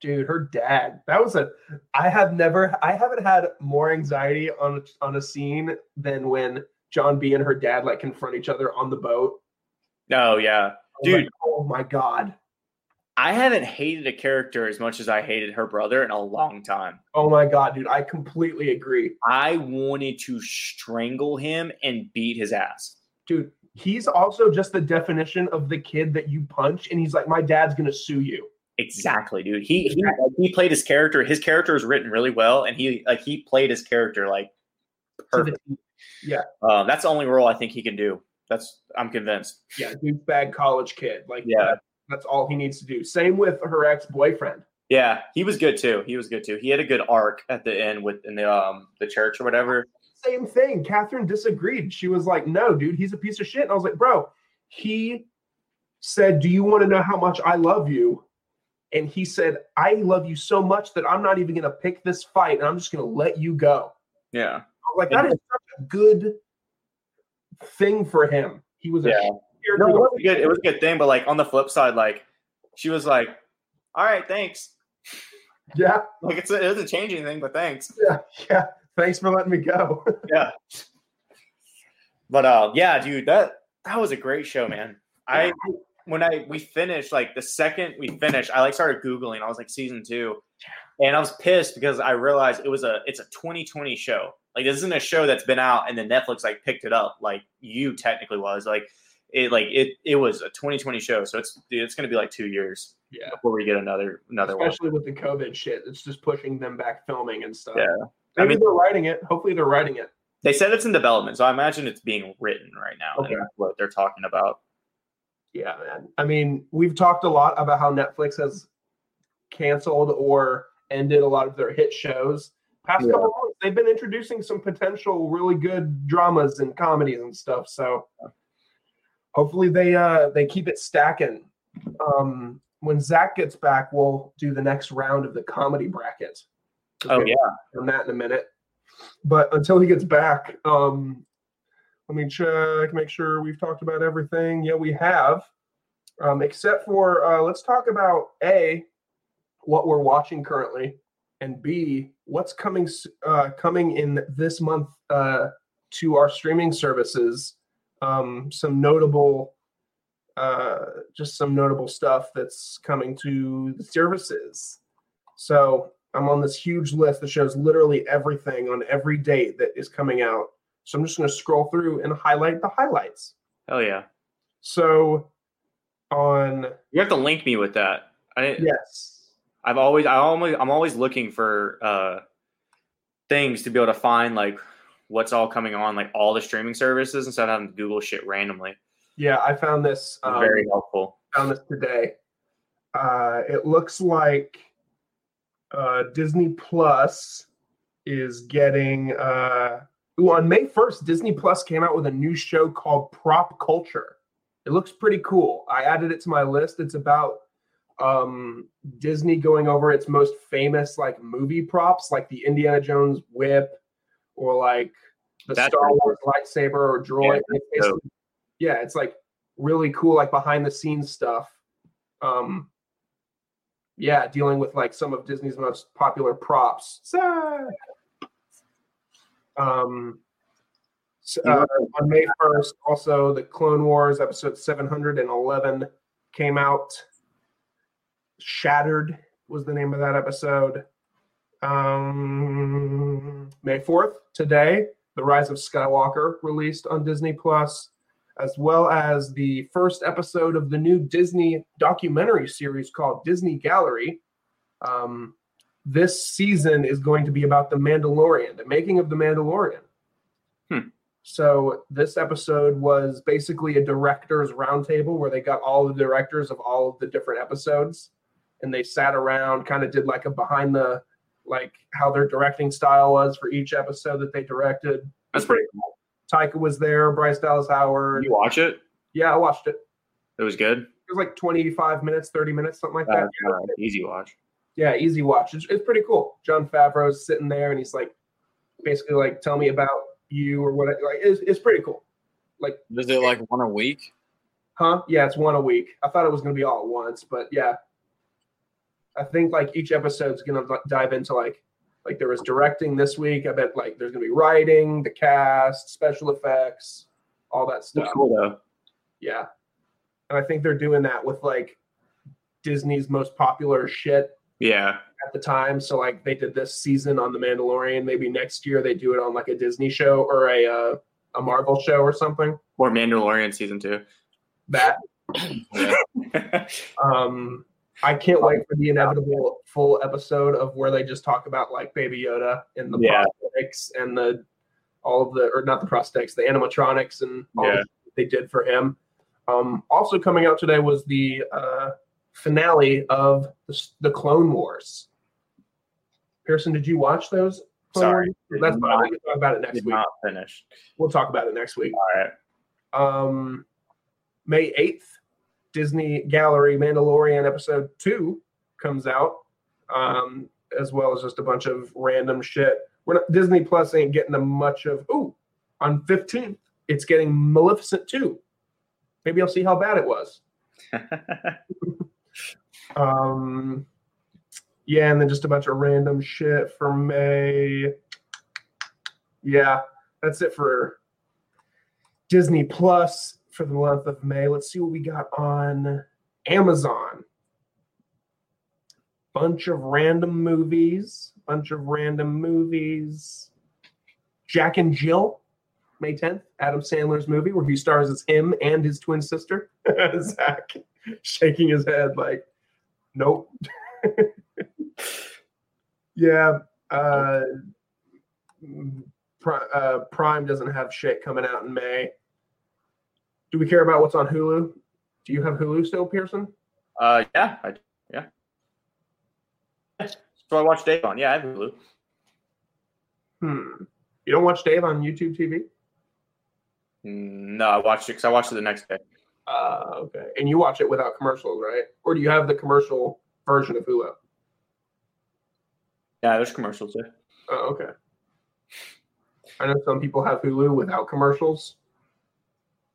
[SPEAKER 1] dude her dad that was a i have never i haven't had more anxiety on on a scene than when john b and her dad like confront each other on the boat
[SPEAKER 2] Oh yeah,
[SPEAKER 1] I'm like,
[SPEAKER 2] Dude.
[SPEAKER 1] oh my god
[SPEAKER 2] I haven't hated a character as much as I hated her brother in a long time.
[SPEAKER 1] oh my god dude i completely agree
[SPEAKER 2] I wanted to strangle him and beat his ass.
[SPEAKER 1] dude he's also just the definition of the kid that you punch and he's like my dad's gonna sue you
[SPEAKER 2] Exactly, dude. He he, like, he played his character. His character is written really well, and he like he played his character like
[SPEAKER 1] To the
[SPEAKER 2] perfect.
[SPEAKER 1] T. Yeah.
[SPEAKER 2] um, that's the only role I think he can do. That's I'm convinced.
[SPEAKER 1] yeah douchebag college kid like
[SPEAKER 2] Yeah.
[SPEAKER 1] that- that's all he needs to do same with her ex-boyfriend
[SPEAKER 2] Yeah, he was good too. He was good too. He had a good arc at the end with in the um the church or whatever.
[SPEAKER 1] same thing. Catherine disagreed. She was like, no, dude, he's a piece of shit. And I was like, bro, he said, Do you want to know how much I love you? And he said, I love you so much that I'm not even going to pick this fight and I'm just going to let you go.
[SPEAKER 2] Yeah,
[SPEAKER 1] I was like, that is such a good thing for him. He was a
[SPEAKER 2] Yeah.
[SPEAKER 1] shit
[SPEAKER 2] No,
[SPEAKER 1] character.
[SPEAKER 2] it was a good. It was a good thing, but like on the flip side, like she was like, "All right, thanks."
[SPEAKER 1] yeah,
[SPEAKER 2] Like it's, it doesn't change anything, but thanks.
[SPEAKER 1] yeah, yeah. Thanks for letting me go.
[SPEAKER 2] But uh, yeah, dude, that that was a great show, man.
[SPEAKER 1] (laughs)
[SPEAKER 2] I when I we finished, like the second we finished, I like started googling. I was like season two, and I was pissed because I realized it was a it's a 2020 show. Like this isn't a show that's been out and then Netflix like picked it up. Like you technically was like it like it it was a 2020 show, so it's dude, it's gonna be like two years
[SPEAKER 1] Yeah.
[SPEAKER 2] before we get another another one.
[SPEAKER 1] Especially with the COVID shit. It's just pushing them back filming and stuff.
[SPEAKER 2] Yeah. I
[SPEAKER 1] Maybe
[SPEAKER 2] mean-
[SPEAKER 1] they're writing it. Hopefully they're writing it.
[SPEAKER 2] They said it's in development, so I imagine it's being written right now. and
[SPEAKER 1] Okay.
[SPEAKER 2] that's what they're talking about.
[SPEAKER 1] Yeah, man. I mean, we've talked a lot about how Netflix has canceled or ended a lot of their hit shows. Past
[SPEAKER 2] Yeah.
[SPEAKER 1] couple months, they've been introducing some potential really good dramas and comedies and stuff. So hopefully they uh they keep it stacking. Um when Zach gets back, we'll do the next round of the comedy bracket.
[SPEAKER 2] Oh yeah.
[SPEAKER 1] on that in a minute. But until he gets back, um, let me check, make sure we've talked about everything. Yeah, we have, um, except for uh, let's talk about a what we're watching currently, and b what's coming s- uh, coming in this month uh, to our streaming services. Um, some notable, uh, just some notable stuff that's coming to the services. So I'm on this huge list that shows literally everything on every date that is coming out. So I'm just going to scroll through and highlight the highlights.
[SPEAKER 2] Hell yeah.
[SPEAKER 1] So on
[SPEAKER 2] You have to link me with that. I didn't
[SPEAKER 1] yes,
[SPEAKER 2] I've always I always I'm always looking for uh things to be able to find like what's all coming on like all the streaming services instead of having to Google shit randomly.
[SPEAKER 1] yeah, I found this. Um,
[SPEAKER 2] Very helpful.
[SPEAKER 1] found this today. Uh, it looks like uh, Disney Plus is getting. Uh, ooh, on May 1st, Disney Plus came out with a new show called Prop Culture. It looks pretty cool. I added it to my list. It's about um, Disney going over its most famous like movie props, like the Indiana Jones whip, or like the
[SPEAKER 2] That's
[SPEAKER 1] Star
[SPEAKER 2] pretty
[SPEAKER 1] Wars lightsaber or droid.
[SPEAKER 2] Yeah,
[SPEAKER 1] It's basically- yeah, it's like really cool, like behind the scenes stuff. Um, yeah, dealing with like some of Disney's most popular props. So, um, so, uh, on May first, also the Clone Wars episode seven hundred and eleven came out. Shattered was the name of that episode. Um, May fourth, today, the Rise of Skywalker released on Disney Plus as well as the first episode of the new Disney documentary series called Disney Gallery. Um, this season is going to be about the Mandalorian, the making of the Mandalorian.
[SPEAKER 2] Hmm.
[SPEAKER 1] So this episode was basically a director's roundtable where they got all the directors of all of the different episodes, and they sat around, kind of did like a behind the, like how their directing style was for each episode that they directed.
[SPEAKER 2] That's pretty cool.
[SPEAKER 1] Taika was there, Bryce Dallas Howard.
[SPEAKER 2] You watch it?
[SPEAKER 1] Yeah, I watched it.
[SPEAKER 2] It was good.
[SPEAKER 1] It was like 25 minutes, 30 minutes, something like
[SPEAKER 2] Uh,
[SPEAKER 1] that.
[SPEAKER 2] uh, easy watch.
[SPEAKER 1] Yeah, easy watch. It's, it's pretty cool. John Favreau's sitting there and he's like, basically like, tell me about you or what. Like it's, it's pretty cool. Like
[SPEAKER 4] Is it like one a week?
[SPEAKER 1] Huh? Yeah, it's one a week. I thought it was going to be all at once, but yeah. I think like each episode's going to dive into like like there was directing this week. I bet like there's going to be writing, the cast, special effects, all that stuff.
[SPEAKER 2] It's cool though.
[SPEAKER 1] Yeah. And I think they're doing that with like Disney's most popular shit
[SPEAKER 2] Yeah,
[SPEAKER 1] at the time. So like they did this season on The Mandalorian. Maybe next year they do it on like a Disney show or a uh, a Marvel show or something.
[SPEAKER 2] or Mandalorian season two. (laughs)
[SPEAKER 1] That
[SPEAKER 4] Yeah.
[SPEAKER 1] Um, I can't wait for the inevitable full episode of where they just talk about like Baby Yoda and the
[SPEAKER 2] Yeah.
[SPEAKER 1] prosthetics and the all of the or not the prosthetics, the animatronics and all
[SPEAKER 2] Yeah.
[SPEAKER 1] the shit they did for him. Um, also coming out today was the uh, finale of the, s- the Clone Wars. Pearson, did you watch those? Clone
[SPEAKER 2] Sorry,
[SPEAKER 1] Wars? that's fine. We can talk about it
[SPEAKER 2] I
[SPEAKER 1] next
[SPEAKER 2] did
[SPEAKER 1] week.
[SPEAKER 2] not finish.
[SPEAKER 1] We'll talk about it next week
[SPEAKER 2] All right.
[SPEAKER 1] um, May 8th, Disney Gallery Mandalorian episode two comes out, um, as well as just a bunch of random shit. We're not, Disney Plus ain't getting a much of. Ooh, on 15th, it's getting Maleficent 2. Maybe I'll see how bad it
[SPEAKER 2] (laughs)
[SPEAKER 1] was. Um, yeah, and then just a bunch of random shit for May. Yeah, that's it for Disney Plus for the month of May. Let's see what we got on Amazon. Bunch of random movies. Bunch of random movies. Jack and Jill, May 10th, Adam Sandler's movie where he stars as him and his twin sister, (laughs) Zach, shaking his head like, Nope. (laughs) yeah. Uh, Pri- uh, Prime doesn't have shit coming out in May. Do we care about what's on Hulu? Do you have Hulu still, Pearson?
[SPEAKER 2] Uh, yeah, I, yeah. So I watched Dave on. Yeah, I have Hulu.
[SPEAKER 1] Hmm. You don't watch Dave on YouTube TV?
[SPEAKER 2] Mm, No, I watched it because I watched it the next day.
[SPEAKER 1] Uh, okay. And you watch it without commercials, right? Or do you have the commercial version of Hulu?
[SPEAKER 2] Yeah, there's commercials there.
[SPEAKER 1] Oh, okay. I know some people have Hulu without commercials,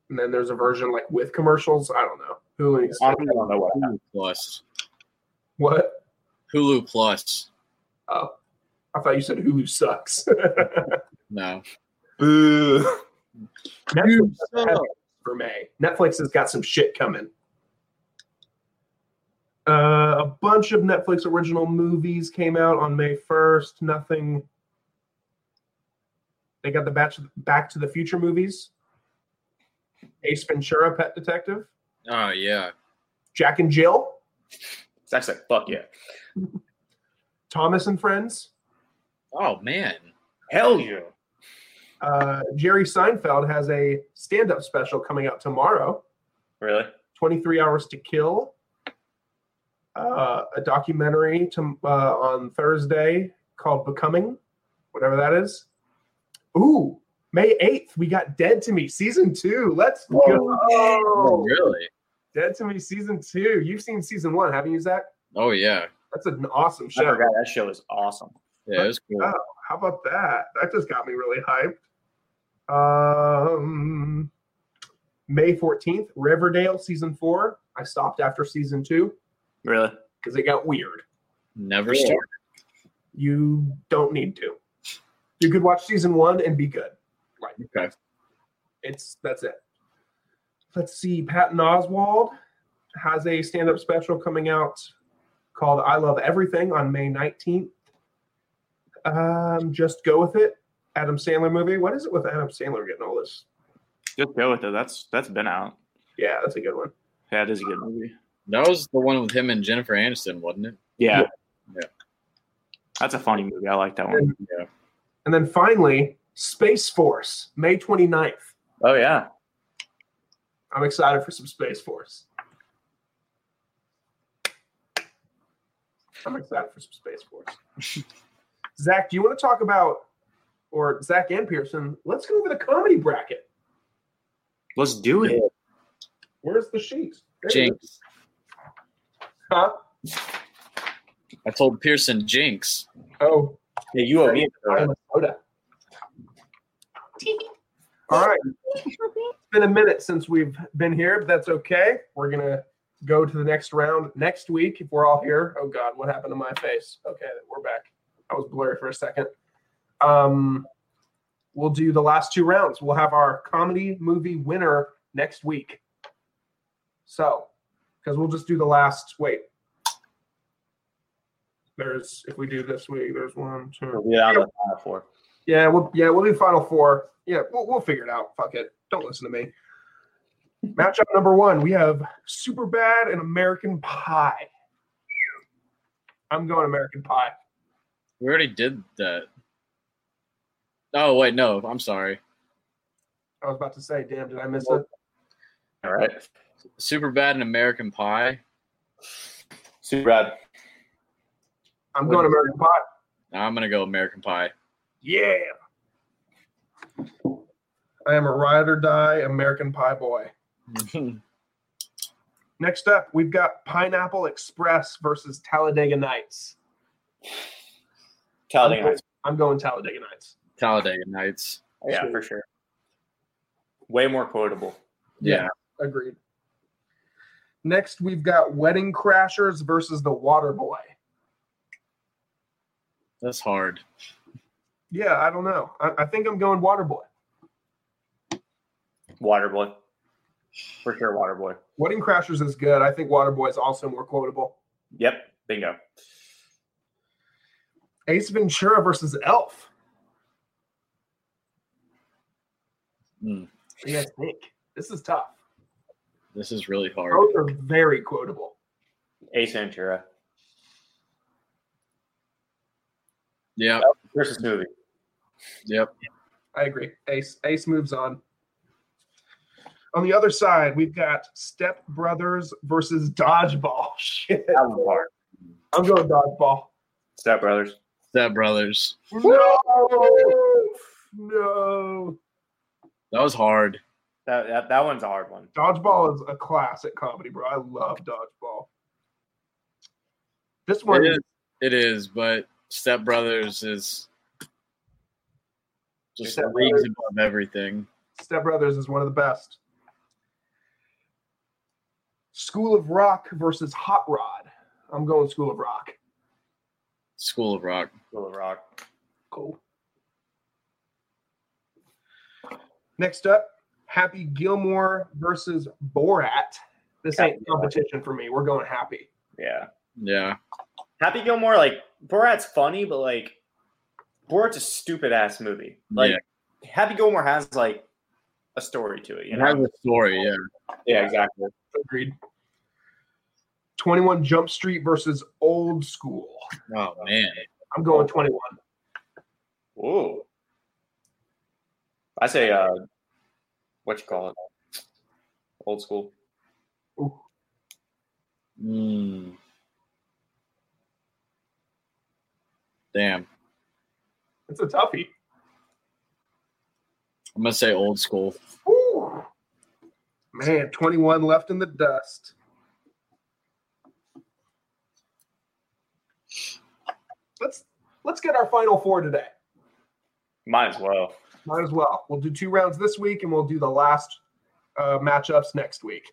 [SPEAKER 1] and then there's a version like with commercials. I don't know. Hulu needs
[SPEAKER 2] Honestly, I don't know what. I have.
[SPEAKER 4] Hulu Plus.
[SPEAKER 1] what?
[SPEAKER 4] Hulu Plus.
[SPEAKER 1] I thought you said Hulu sucks. (laughs)
[SPEAKER 4] No.
[SPEAKER 2] Boo.
[SPEAKER 1] Netflix for May. Netflix has got some shit coming. Uh, a bunch of Netflix original movies came out on May first. Nothing. They got the Batch Back to the Future movies. Ace Ventura, Pet Detective,
[SPEAKER 4] Oh yeah.
[SPEAKER 1] Jack and Jill,
[SPEAKER 2] Zach's like, fuck yeah.
[SPEAKER 1] Thomas and Friends.
[SPEAKER 4] Oh man.
[SPEAKER 2] Hell yeah.
[SPEAKER 1] Uh, Jerry Seinfeld has a stand-up special coming out tomorrow.
[SPEAKER 2] Really?
[SPEAKER 1] 23 Hours to Kill, uh, a documentary to, uh, on Thursday called Becoming, whatever that is. Ooh, May 8th, we got Dead to Me season two. Let's
[SPEAKER 4] Oh
[SPEAKER 1] go.
[SPEAKER 4] really?
[SPEAKER 1] Dead to Me season two. You've seen season one, haven't you, Zach?
[SPEAKER 4] Oh yeah.
[SPEAKER 1] That's an awesome
[SPEAKER 2] I
[SPEAKER 1] show.
[SPEAKER 2] forgot that show is awesome.
[SPEAKER 4] Yeah, it was cool.
[SPEAKER 1] Oh. How about that? That just got me really hyped. Um, May 14th, Riverdale season four. I stopped after season two
[SPEAKER 2] Really?
[SPEAKER 1] because it got weird.
[SPEAKER 4] Never
[SPEAKER 2] Yeah.
[SPEAKER 4] started.
[SPEAKER 1] you don't need to. You could watch season one and be good.
[SPEAKER 4] Okay.
[SPEAKER 1] It's that's it. Let's see. Patton Oswald has a stand-up special coming out called "I Love Everything" on May nineteenth. Um, just go with it. Adam Sandler movie. What is it with Adam Sandler getting all this?
[SPEAKER 2] Just go with it. That's that's been out.
[SPEAKER 1] Yeah, that's a good one.
[SPEAKER 2] Yeah, it is a good movie.
[SPEAKER 4] That was the one with him and Jennifer Aniston, wasn't it?
[SPEAKER 2] Yeah.
[SPEAKER 4] Yeah.
[SPEAKER 2] That's a funny movie. I like that one.
[SPEAKER 4] Yeah.
[SPEAKER 1] And then finally, Space Force, May 29th.
[SPEAKER 2] Oh yeah.
[SPEAKER 1] I'm excited for some Space Force. I'm excited for some Space Force. (laughs) Zach, do you want to talk about, or Zach and Pearson, let's go over the comedy bracket.
[SPEAKER 2] Let's do it.
[SPEAKER 1] Where's the sheet? There it is.
[SPEAKER 4] Jinx.
[SPEAKER 1] Huh?
[SPEAKER 4] I told Pearson Jinx.
[SPEAKER 1] Oh,
[SPEAKER 2] Hey, you owe me.
[SPEAKER 1] I'm a soda. All right. It's been a minute since we've been here, but that's okay. We're going to go to the next round next week if we're all here. Oh, God, what happened to my face? Okay, we're back. I was blurry for a second. Um, we'll do the last two rounds. We'll have our comedy movie winner next week. So, because we'll just do the last. Wait. There's, if we do this week, there's one, two.
[SPEAKER 2] We'll be down to the final four.
[SPEAKER 1] Yeah, we'll yeah we'll do final four. Yeah, we'll, we'll figure it out. Fuck it. Don't listen to me. Matchup number one, we have Super Bad and American Pie. I'm going American Pie.
[SPEAKER 3] We already did that. Oh wait, no. I'm sorry.
[SPEAKER 1] I was about to say, damn, did I miss it?
[SPEAKER 2] All right.
[SPEAKER 3] Super bad and American Pie.
[SPEAKER 2] Super bad.
[SPEAKER 1] I'm going American Pie.
[SPEAKER 3] I'm gonna go American (laughs) Pie.
[SPEAKER 1] Yeah. I am a ride or die American Pie boy. Next up, we've got Pineapple Express versus Talladega Nights.
[SPEAKER 2] Talladega Nights.
[SPEAKER 1] I'm going Talladega Nights.
[SPEAKER 3] Talladega Nights.
[SPEAKER 2] Yeah, for sure. Way more quotable.
[SPEAKER 3] Yeah.
[SPEAKER 1] Agreed. Next, we've got Wedding Crashers versus The Water Boy.
[SPEAKER 3] that's hard.
[SPEAKER 1] Yeah, I don't know. I, I think I'm going Waterboy.
[SPEAKER 2] Waterboy. For sure, Waterboy.
[SPEAKER 1] Wedding Crashers is good. I think Waterboy is also more quotable.
[SPEAKER 2] Yep. Bingo.
[SPEAKER 1] Ace Ventura versus Elf.
[SPEAKER 3] Hmm.
[SPEAKER 1] What do you guys think? This is tough.
[SPEAKER 3] This is really hard.
[SPEAKER 1] Both are very quotable.
[SPEAKER 2] Ace Ventura.
[SPEAKER 3] Yep.
[SPEAKER 2] Versus movie.
[SPEAKER 3] Yep.
[SPEAKER 1] I agree. Ace Ace moves on. On the other side, we've got Step Brothers versus Dodgeball. (laughs) Shit.
[SPEAKER 2] That was hard.
[SPEAKER 1] I'm going Dodgeball.
[SPEAKER 2] Step Brothers.
[SPEAKER 3] Step Brothers.
[SPEAKER 1] No, no.
[SPEAKER 3] That was hard.
[SPEAKER 2] That, that that one's a hard one.
[SPEAKER 1] Dodgeball is a classic comedy, bro. I love Dodgeball. This one,
[SPEAKER 3] It is. It is, but Step Brothers is just
[SPEAKER 1] Step
[SPEAKER 3] leagues
[SPEAKER 1] Brothers.
[SPEAKER 3] above everything.
[SPEAKER 1] Step Brothers is one of the best. School of Rock versus Hot Rod. I'm going School of Rock.
[SPEAKER 3] School of Rock.
[SPEAKER 2] School of Rock.
[SPEAKER 1] Cool. Next up, Happy Gilmore versus Borat. This ain't competition for me. We're going happy.
[SPEAKER 2] Yeah.
[SPEAKER 3] Yeah.
[SPEAKER 2] Happy Gilmore, like Borat's funny, but like Borat's a stupid ass movie. Like Happy Gilmore has like a story to it. You
[SPEAKER 3] It
[SPEAKER 2] know?
[SPEAKER 3] has a story, yeah.
[SPEAKER 2] yeah, exactly.
[SPEAKER 1] Agreed. 21 Jump Street versus Old School.
[SPEAKER 3] Oh man.
[SPEAKER 1] I'm going 21.
[SPEAKER 2] Ooh. I say uh what you call it? Old school.
[SPEAKER 3] Mm. Damn.
[SPEAKER 1] It's a toughie.
[SPEAKER 3] I'm gonna say old school. (laughs)
[SPEAKER 1] Whew. Man, 21 left in the dust. Let's let's get our final four today.
[SPEAKER 2] Might as well.
[SPEAKER 1] Might as well. We'll do two rounds this week, and we'll do the last uh, matchups next week.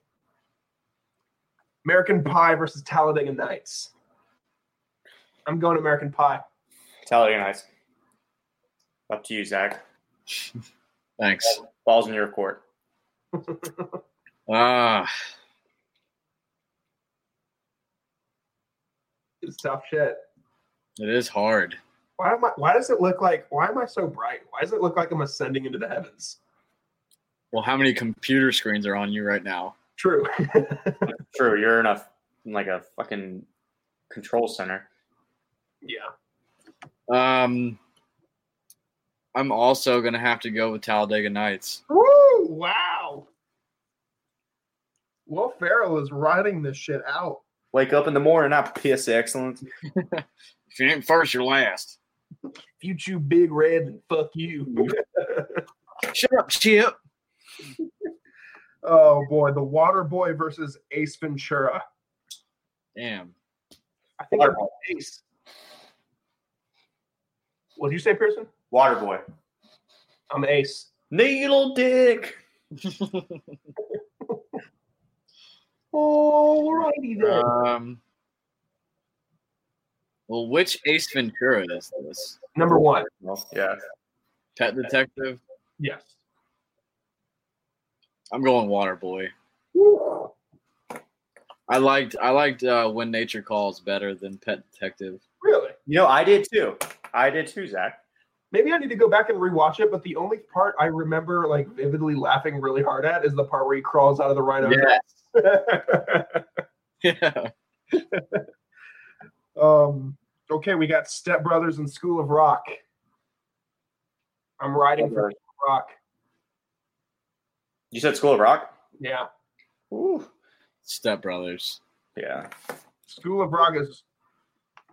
[SPEAKER 1] American Pie versus Talladega Nights. I'm going American Pie.
[SPEAKER 2] Talladega Nights. Up to you, Zach.
[SPEAKER 3] Thanks.
[SPEAKER 2] Balls in your court.
[SPEAKER 3] Ah,
[SPEAKER 1] It's tough shit.
[SPEAKER 3] it is hard.
[SPEAKER 1] Why am I? Why does it look like? Why am I so bright? Why does it look like I'm ascending into the heavens?
[SPEAKER 3] Well, how many computer screens are on you right now?
[SPEAKER 1] True. (laughs)
[SPEAKER 2] True, you're in a in like a fucking control center.
[SPEAKER 1] yeah.
[SPEAKER 3] Um, I'm also gonna have to go with Talladega Nights.
[SPEAKER 1] Woo! Wow. Will Ferrell is riding this shit out.
[SPEAKER 2] Wake up in the morning, not PSA excellence.
[SPEAKER 3] If you ain't first, you're last.
[SPEAKER 1] If you chew big red, then fuck (laughs) you.
[SPEAKER 3] Shut up, Chip.
[SPEAKER 1] oh boy, the Water Boy versus Ace Ventura.
[SPEAKER 3] Damn.
[SPEAKER 1] I think I'm Ace. What did you say, Pearson?
[SPEAKER 2] Waterboy.
[SPEAKER 1] I'm Ace.
[SPEAKER 2] Needle dick.
[SPEAKER 1] Alrighty then.
[SPEAKER 4] Um, well, which Ace Ventura is this?
[SPEAKER 1] Number one.
[SPEAKER 2] Yeah.
[SPEAKER 4] Pet Detective?
[SPEAKER 1] Yes.
[SPEAKER 4] I'm going Waterboy.
[SPEAKER 1] Woo.
[SPEAKER 4] I liked I liked uh, When Nature Calls better than Pet Detective.
[SPEAKER 1] Really?
[SPEAKER 2] You know, I did too. I did too, Zach.
[SPEAKER 1] Maybe I need to go back and rewatch it, but the only part I remember like vividly laughing really hard at is the part where he crawls out of the rhino.
[SPEAKER 3] (laughs)
[SPEAKER 4] Yeah.
[SPEAKER 1] (laughs) um, okay, we got Step Brothers and School of Rock. I'm riding for School of Rock.
[SPEAKER 2] You said School of Rock?
[SPEAKER 1] Yeah.
[SPEAKER 2] Ooh.
[SPEAKER 4] Step Brothers.
[SPEAKER 2] Yeah.
[SPEAKER 1] School of Rock is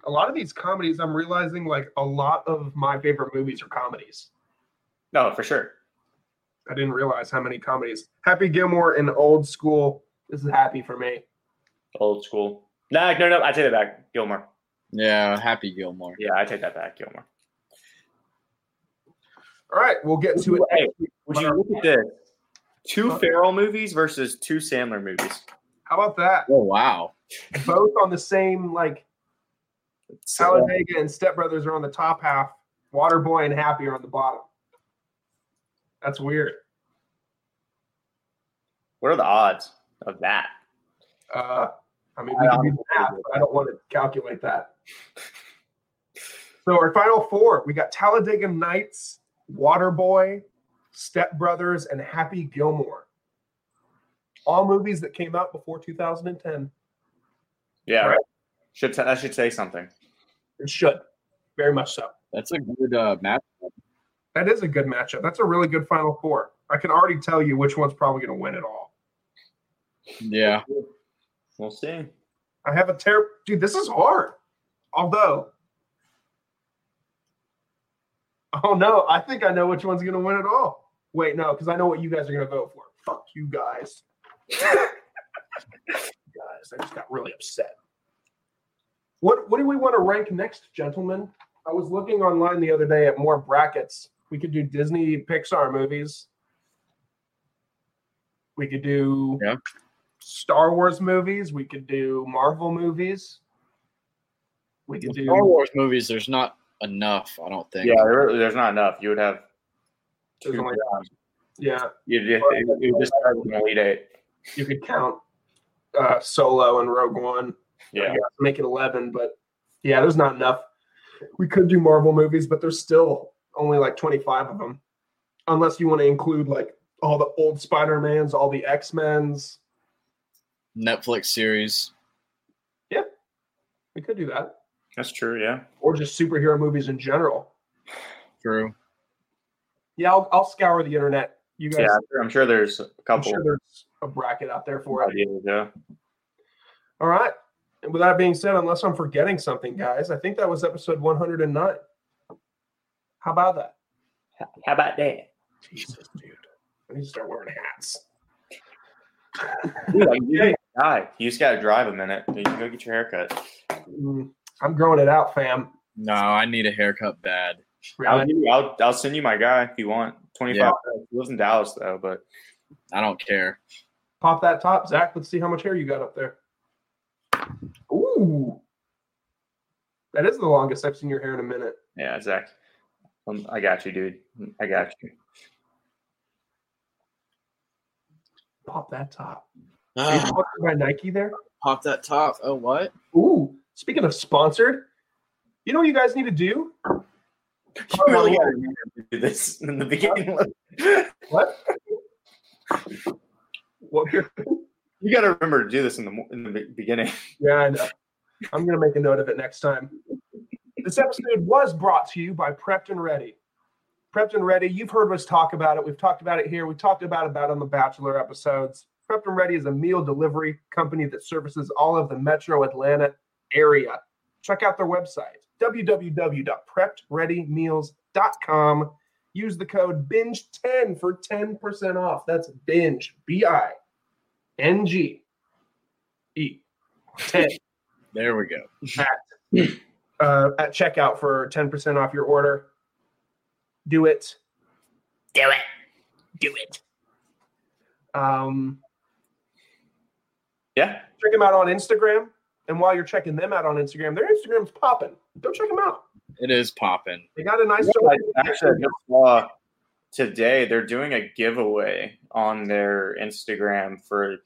[SPEAKER 1] a lot of these comedies. I'm realizing like a lot of my favorite movies are comedies.
[SPEAKER 2] No, for sure.
[SPEAKER 1] I didn't realize how many comedies. Happy Gilmore and Old School. This is happy for me.
[SPEAKER 2] Old school. Nah, no, no, I take that back. Gilmore.
[SPEAKER 4] Yeah, Happy Gilmore.
[SPEAKER 2] Yeah, I take that back, Gilmore.
[SPEAKER 1] All right, we'll get to it.
[SPEAKER 2] Hey, would you look at this? Two Farrell movies versus two Sandler movies.
[SPEAKER 1] How about that?
[SPEAKER 4] Oh wow.
[SPEAKER 1] Both on the same like
[SPEAKER 2] So,
[SPEAKER 1] Talladega and Step Brothers are on the top half. Waterboy and Happy are on the bottom. That's weird.
[SPEAKER 2] what are the odds of that?
[SPEAKER 1] Uh, I mean, we can do the math, but I don't want to calculate that. So our final four, we got Talladega Nights, Waterboy, Step Brothers, and Happy Gilmore. All movies that came out before 2010.
[SPEAKER 2] Yeah,
[SPEAKER 1] Right.
[SPEAKER 2] Should t- that should say something.
[SPEAKER 1] It should, very much so.
[SPEAKER 4] That's a good uh match.
[SPEAKER 1] That is a good matchup. That's a really good final four. I can already tell you which one's probably going to win it all.
[SPEAKER 4] Yeah.
[SPEAKER 2] We'll see.
[SPEAKER 1] I have a terrible dude. This is hard. Although, oh no, I think I know which one's gonna win it all. Wait, no, because I know what you guys are gonna vote for. Fuck
[SPEAKER 4] (laughs)
[SPEAKER 1] you guys. guys, I just got really upset. What What do we want to rank next, gentlemen? I was looking online the other day at more brackets. We could do Disney Pixar movies. We could do
[SPEAKER 4] Yeah.
[SPEAKER 1] Star Wars movies. We could do Marvel movies. We could do
[SPEAKER 4] Star Wars movies, there's not enough, I don't think.
[SPEAKER 2] Yeah, there, there's not enough. You would have two.
[SPEAKER 1] There's only-
[SPEAKER 2] jobs.
[SPEAKER 1] Yeah,
[SPEAKER 2] You'd, you'd, you'd just start with an elite eight.
[SPEAKER 1] you could count uh, Solo and Rogue One. I
[SPEAKER 2] Yeah.
[SPEAKER 1] guess, make it eleven, but yeah, there's not enough. We could do Marvel movies, but there's still only like twenty five of them, unless you want to include like all the old Spider Mans, all the X Men's.
[SPEAKER 4] Netflix series.
[SPEAKER 1] We could do that,
[SPEAKER 2] That's true. Yeah.
[SPEAKER 1] or just superhero movies in general.
[SPEAKER 4] True.
[SPEAKER 1] Yeah, I'll, I'll scour the internet. You guys,
[SPEAKER 2] Yeah, I'm sure- I'm sure there's a
[SPEAKER 1] I'm
[SPEAKER 2] couple
[SPEAKER 1] sure there's a bracket out there for it.
[SPEAKER 2] ideas. Yeah.
[SPEAKER 1] All right. And with that being said, unless I'm forgetting something, guys, I think that was episode 109. How about that?
[SPEAKER 2] How about that?
[SPEAKER 1] Jesus, dude. I need to start wearing hats.
[SPEAKER 2] Dude, like, you ain't gotta die. You just gotta drive a minute. You can go get your haircut.
[SPEAKER 1] Mm, I'm growing it out, fam.
[SPEAKER 4] No, I need a haircut bad.
[SPEAKER 2] I'll,
[SPEAKER 1] Really?
[SPEAKER 2] give you- I'll, I'll send you my guy if you want. Twenty
[SPEAKER 4] Yeah.
[SPEAKER 2] five. He lives in Dallas though, but
[SPEAKER 4] I don't care.
[SPEAKER 1] Pop that top, Zach. Let's see how much hair you got up there. Ooh. That is the longest I've seen your hair in a minute.
[SPEAKER 2] yeah, Zach, um, I got you, dude. I got you. (laughs)
[SPEAKER 1] Pop that top.
[SPEAKER 3] Uh.
[SPEAKER 1] Are you
[SPEAKER 4] Ah,
[SPEAKER 1] sponsored by Nike there?
[SPEAKER 4] pop that top. Oh what?
[SPEAKER 1] Ooh. Speaking of sponsored, you know what you guys need to do? Oh,
[SPEAKER 2] You really gotta remember to do this in the beginning. (laughs)
[SPEAKER 1] What? what beer?
[SPEAKER 2] you gotta remember to do this in the mo- in the be- beginning. (laughs)
[SPEAKER 1] Yeah, I know. I'm gonna make a note of it next time. This episode was brought to you by Prepped and Ready. Prepped and Ready, you've heard us talk about it. We've talked about it here. We talked about it on the Bachelor episodes. Prepped and Ready is a meal delivery company that services all of the metro Atlanta area. Check out their website, www.preppedreadymeals.com. Use the code BINGE10 for 10% off. That's BINGE, B I N G E 10
[SPEAKER 4] There we go.
[SPEAKER 1] uh, at checkout for 10% off your order. Do it.
[SPEAKER 2] Do it. do it.
[SPEAKER 1] Um,
[SPEAKER 2] Yeah.
[SPEAKER 1] check them out on Instagram. And while you're checking them out on Instagram, their Instagram's popping. Go check them out.
[SPEAKER 4] It is popping.
[SPEAKER 1] They got a nice.
[SPEAKER 2] I Actually, I just saw today they're doing a giveaway on their Instagram for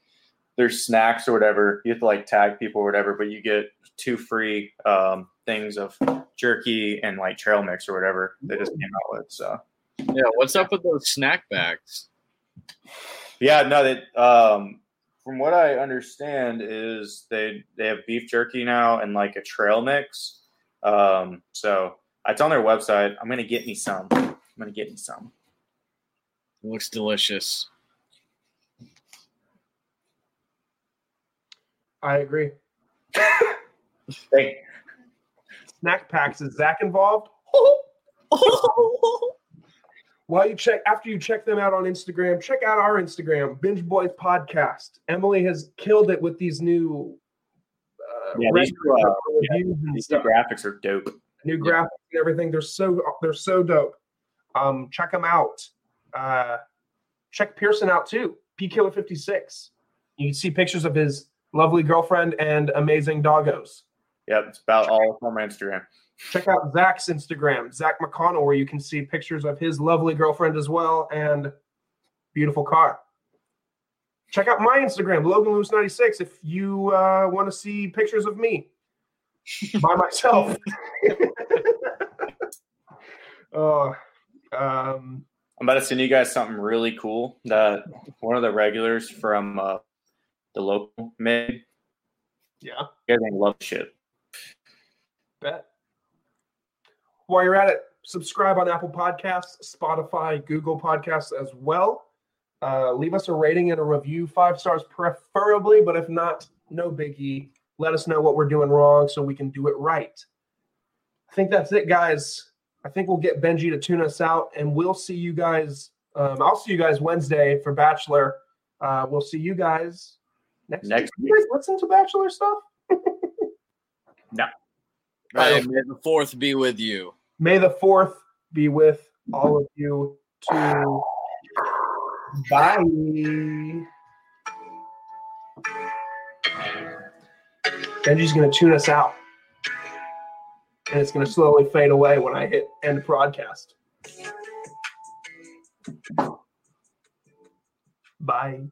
[SPEAKER 2] their snacks or whatever. You have to like tag people or whatever, but you get two free um, things of jerky and like trail mix or whatever they just came out with. So
[SPEAKER 4] Yeah, what's up with those snack bags?
[SPEAKER 2] yeah, no, that um, from what I understand is they they have beef jerky now and like a trail mix. Um, so it's on their website. I'm gonna get me some. I'm gonna get me some.
[SPEAKER 4] looks delicious.
[SPEAKER 1] I agree.
[SPEAKER 2] Thank,
[SPEAKER 1] Snack packs. Is Zach involved? (laughs) While you check after you check them out on Instagram, check out our Instagram, Binge Boys Podcast. Emily has killed it with these new uh,
[SPEAKER 2] Yeah, these
[SPEAKER 1] renders
[SPEAKER 2] new, uh,
[SPEAKER 1] and reviews and
[SPEAKER 2] These
[SPEAKER 1] stuff.
[SPEAKER 2] graphics are dope.
[SPEAKER 1] new graphics and everything. They're so they're so dope. Um, check them out. Uh, check Pearson out too. P Killer fifty six. You can see pictures of his lovely girlfriend and amazing doggos.
[SPEAKER 2] Yep, it's about all from my Instagram.
[SPEAKER 1] Check out Zach's Instagram, Zach McConnell, where you can see pictures of his lovely girlfriend as well and beautiful car. Check out my Instagram, Logan Lewis ninety six, if you uh, want to see pictures of me by myself. (laughs) oh, um,
[SPEAKER 2] I'm about to send you guys something really cool that one of the regulars from uh, the local made.
[SPEAKER 1] yeah,
[SPEAKER 2] You guys ain't love shit.
[SPEAKER 1] bet. While you're at it, subscribe on Apple Podcasts, Spotify, Google Podcasts as well. Uh, leave us a rating and a review, five stars preferably, but if not, no biggie. Let us know what we're doing wrong so we can do it right. I think that's it, guys. I think we'll get Benji to tune us out, and we'll see you guys. Um, I'll see you guys Wednesday for Bachelor. Uh, we'll see you guys next.
[SPEAKER 2] Next
[SPEAKER 1] week. You guys listen to Bachelor stuff.
[SPEAKER 4] May the fourth be with you.
[SPEAKER 1] May the fourth be with all of you. To bye. Benji's gonna tune us out, and it's gonna slowly fade away when I hit end broadcast. Bye.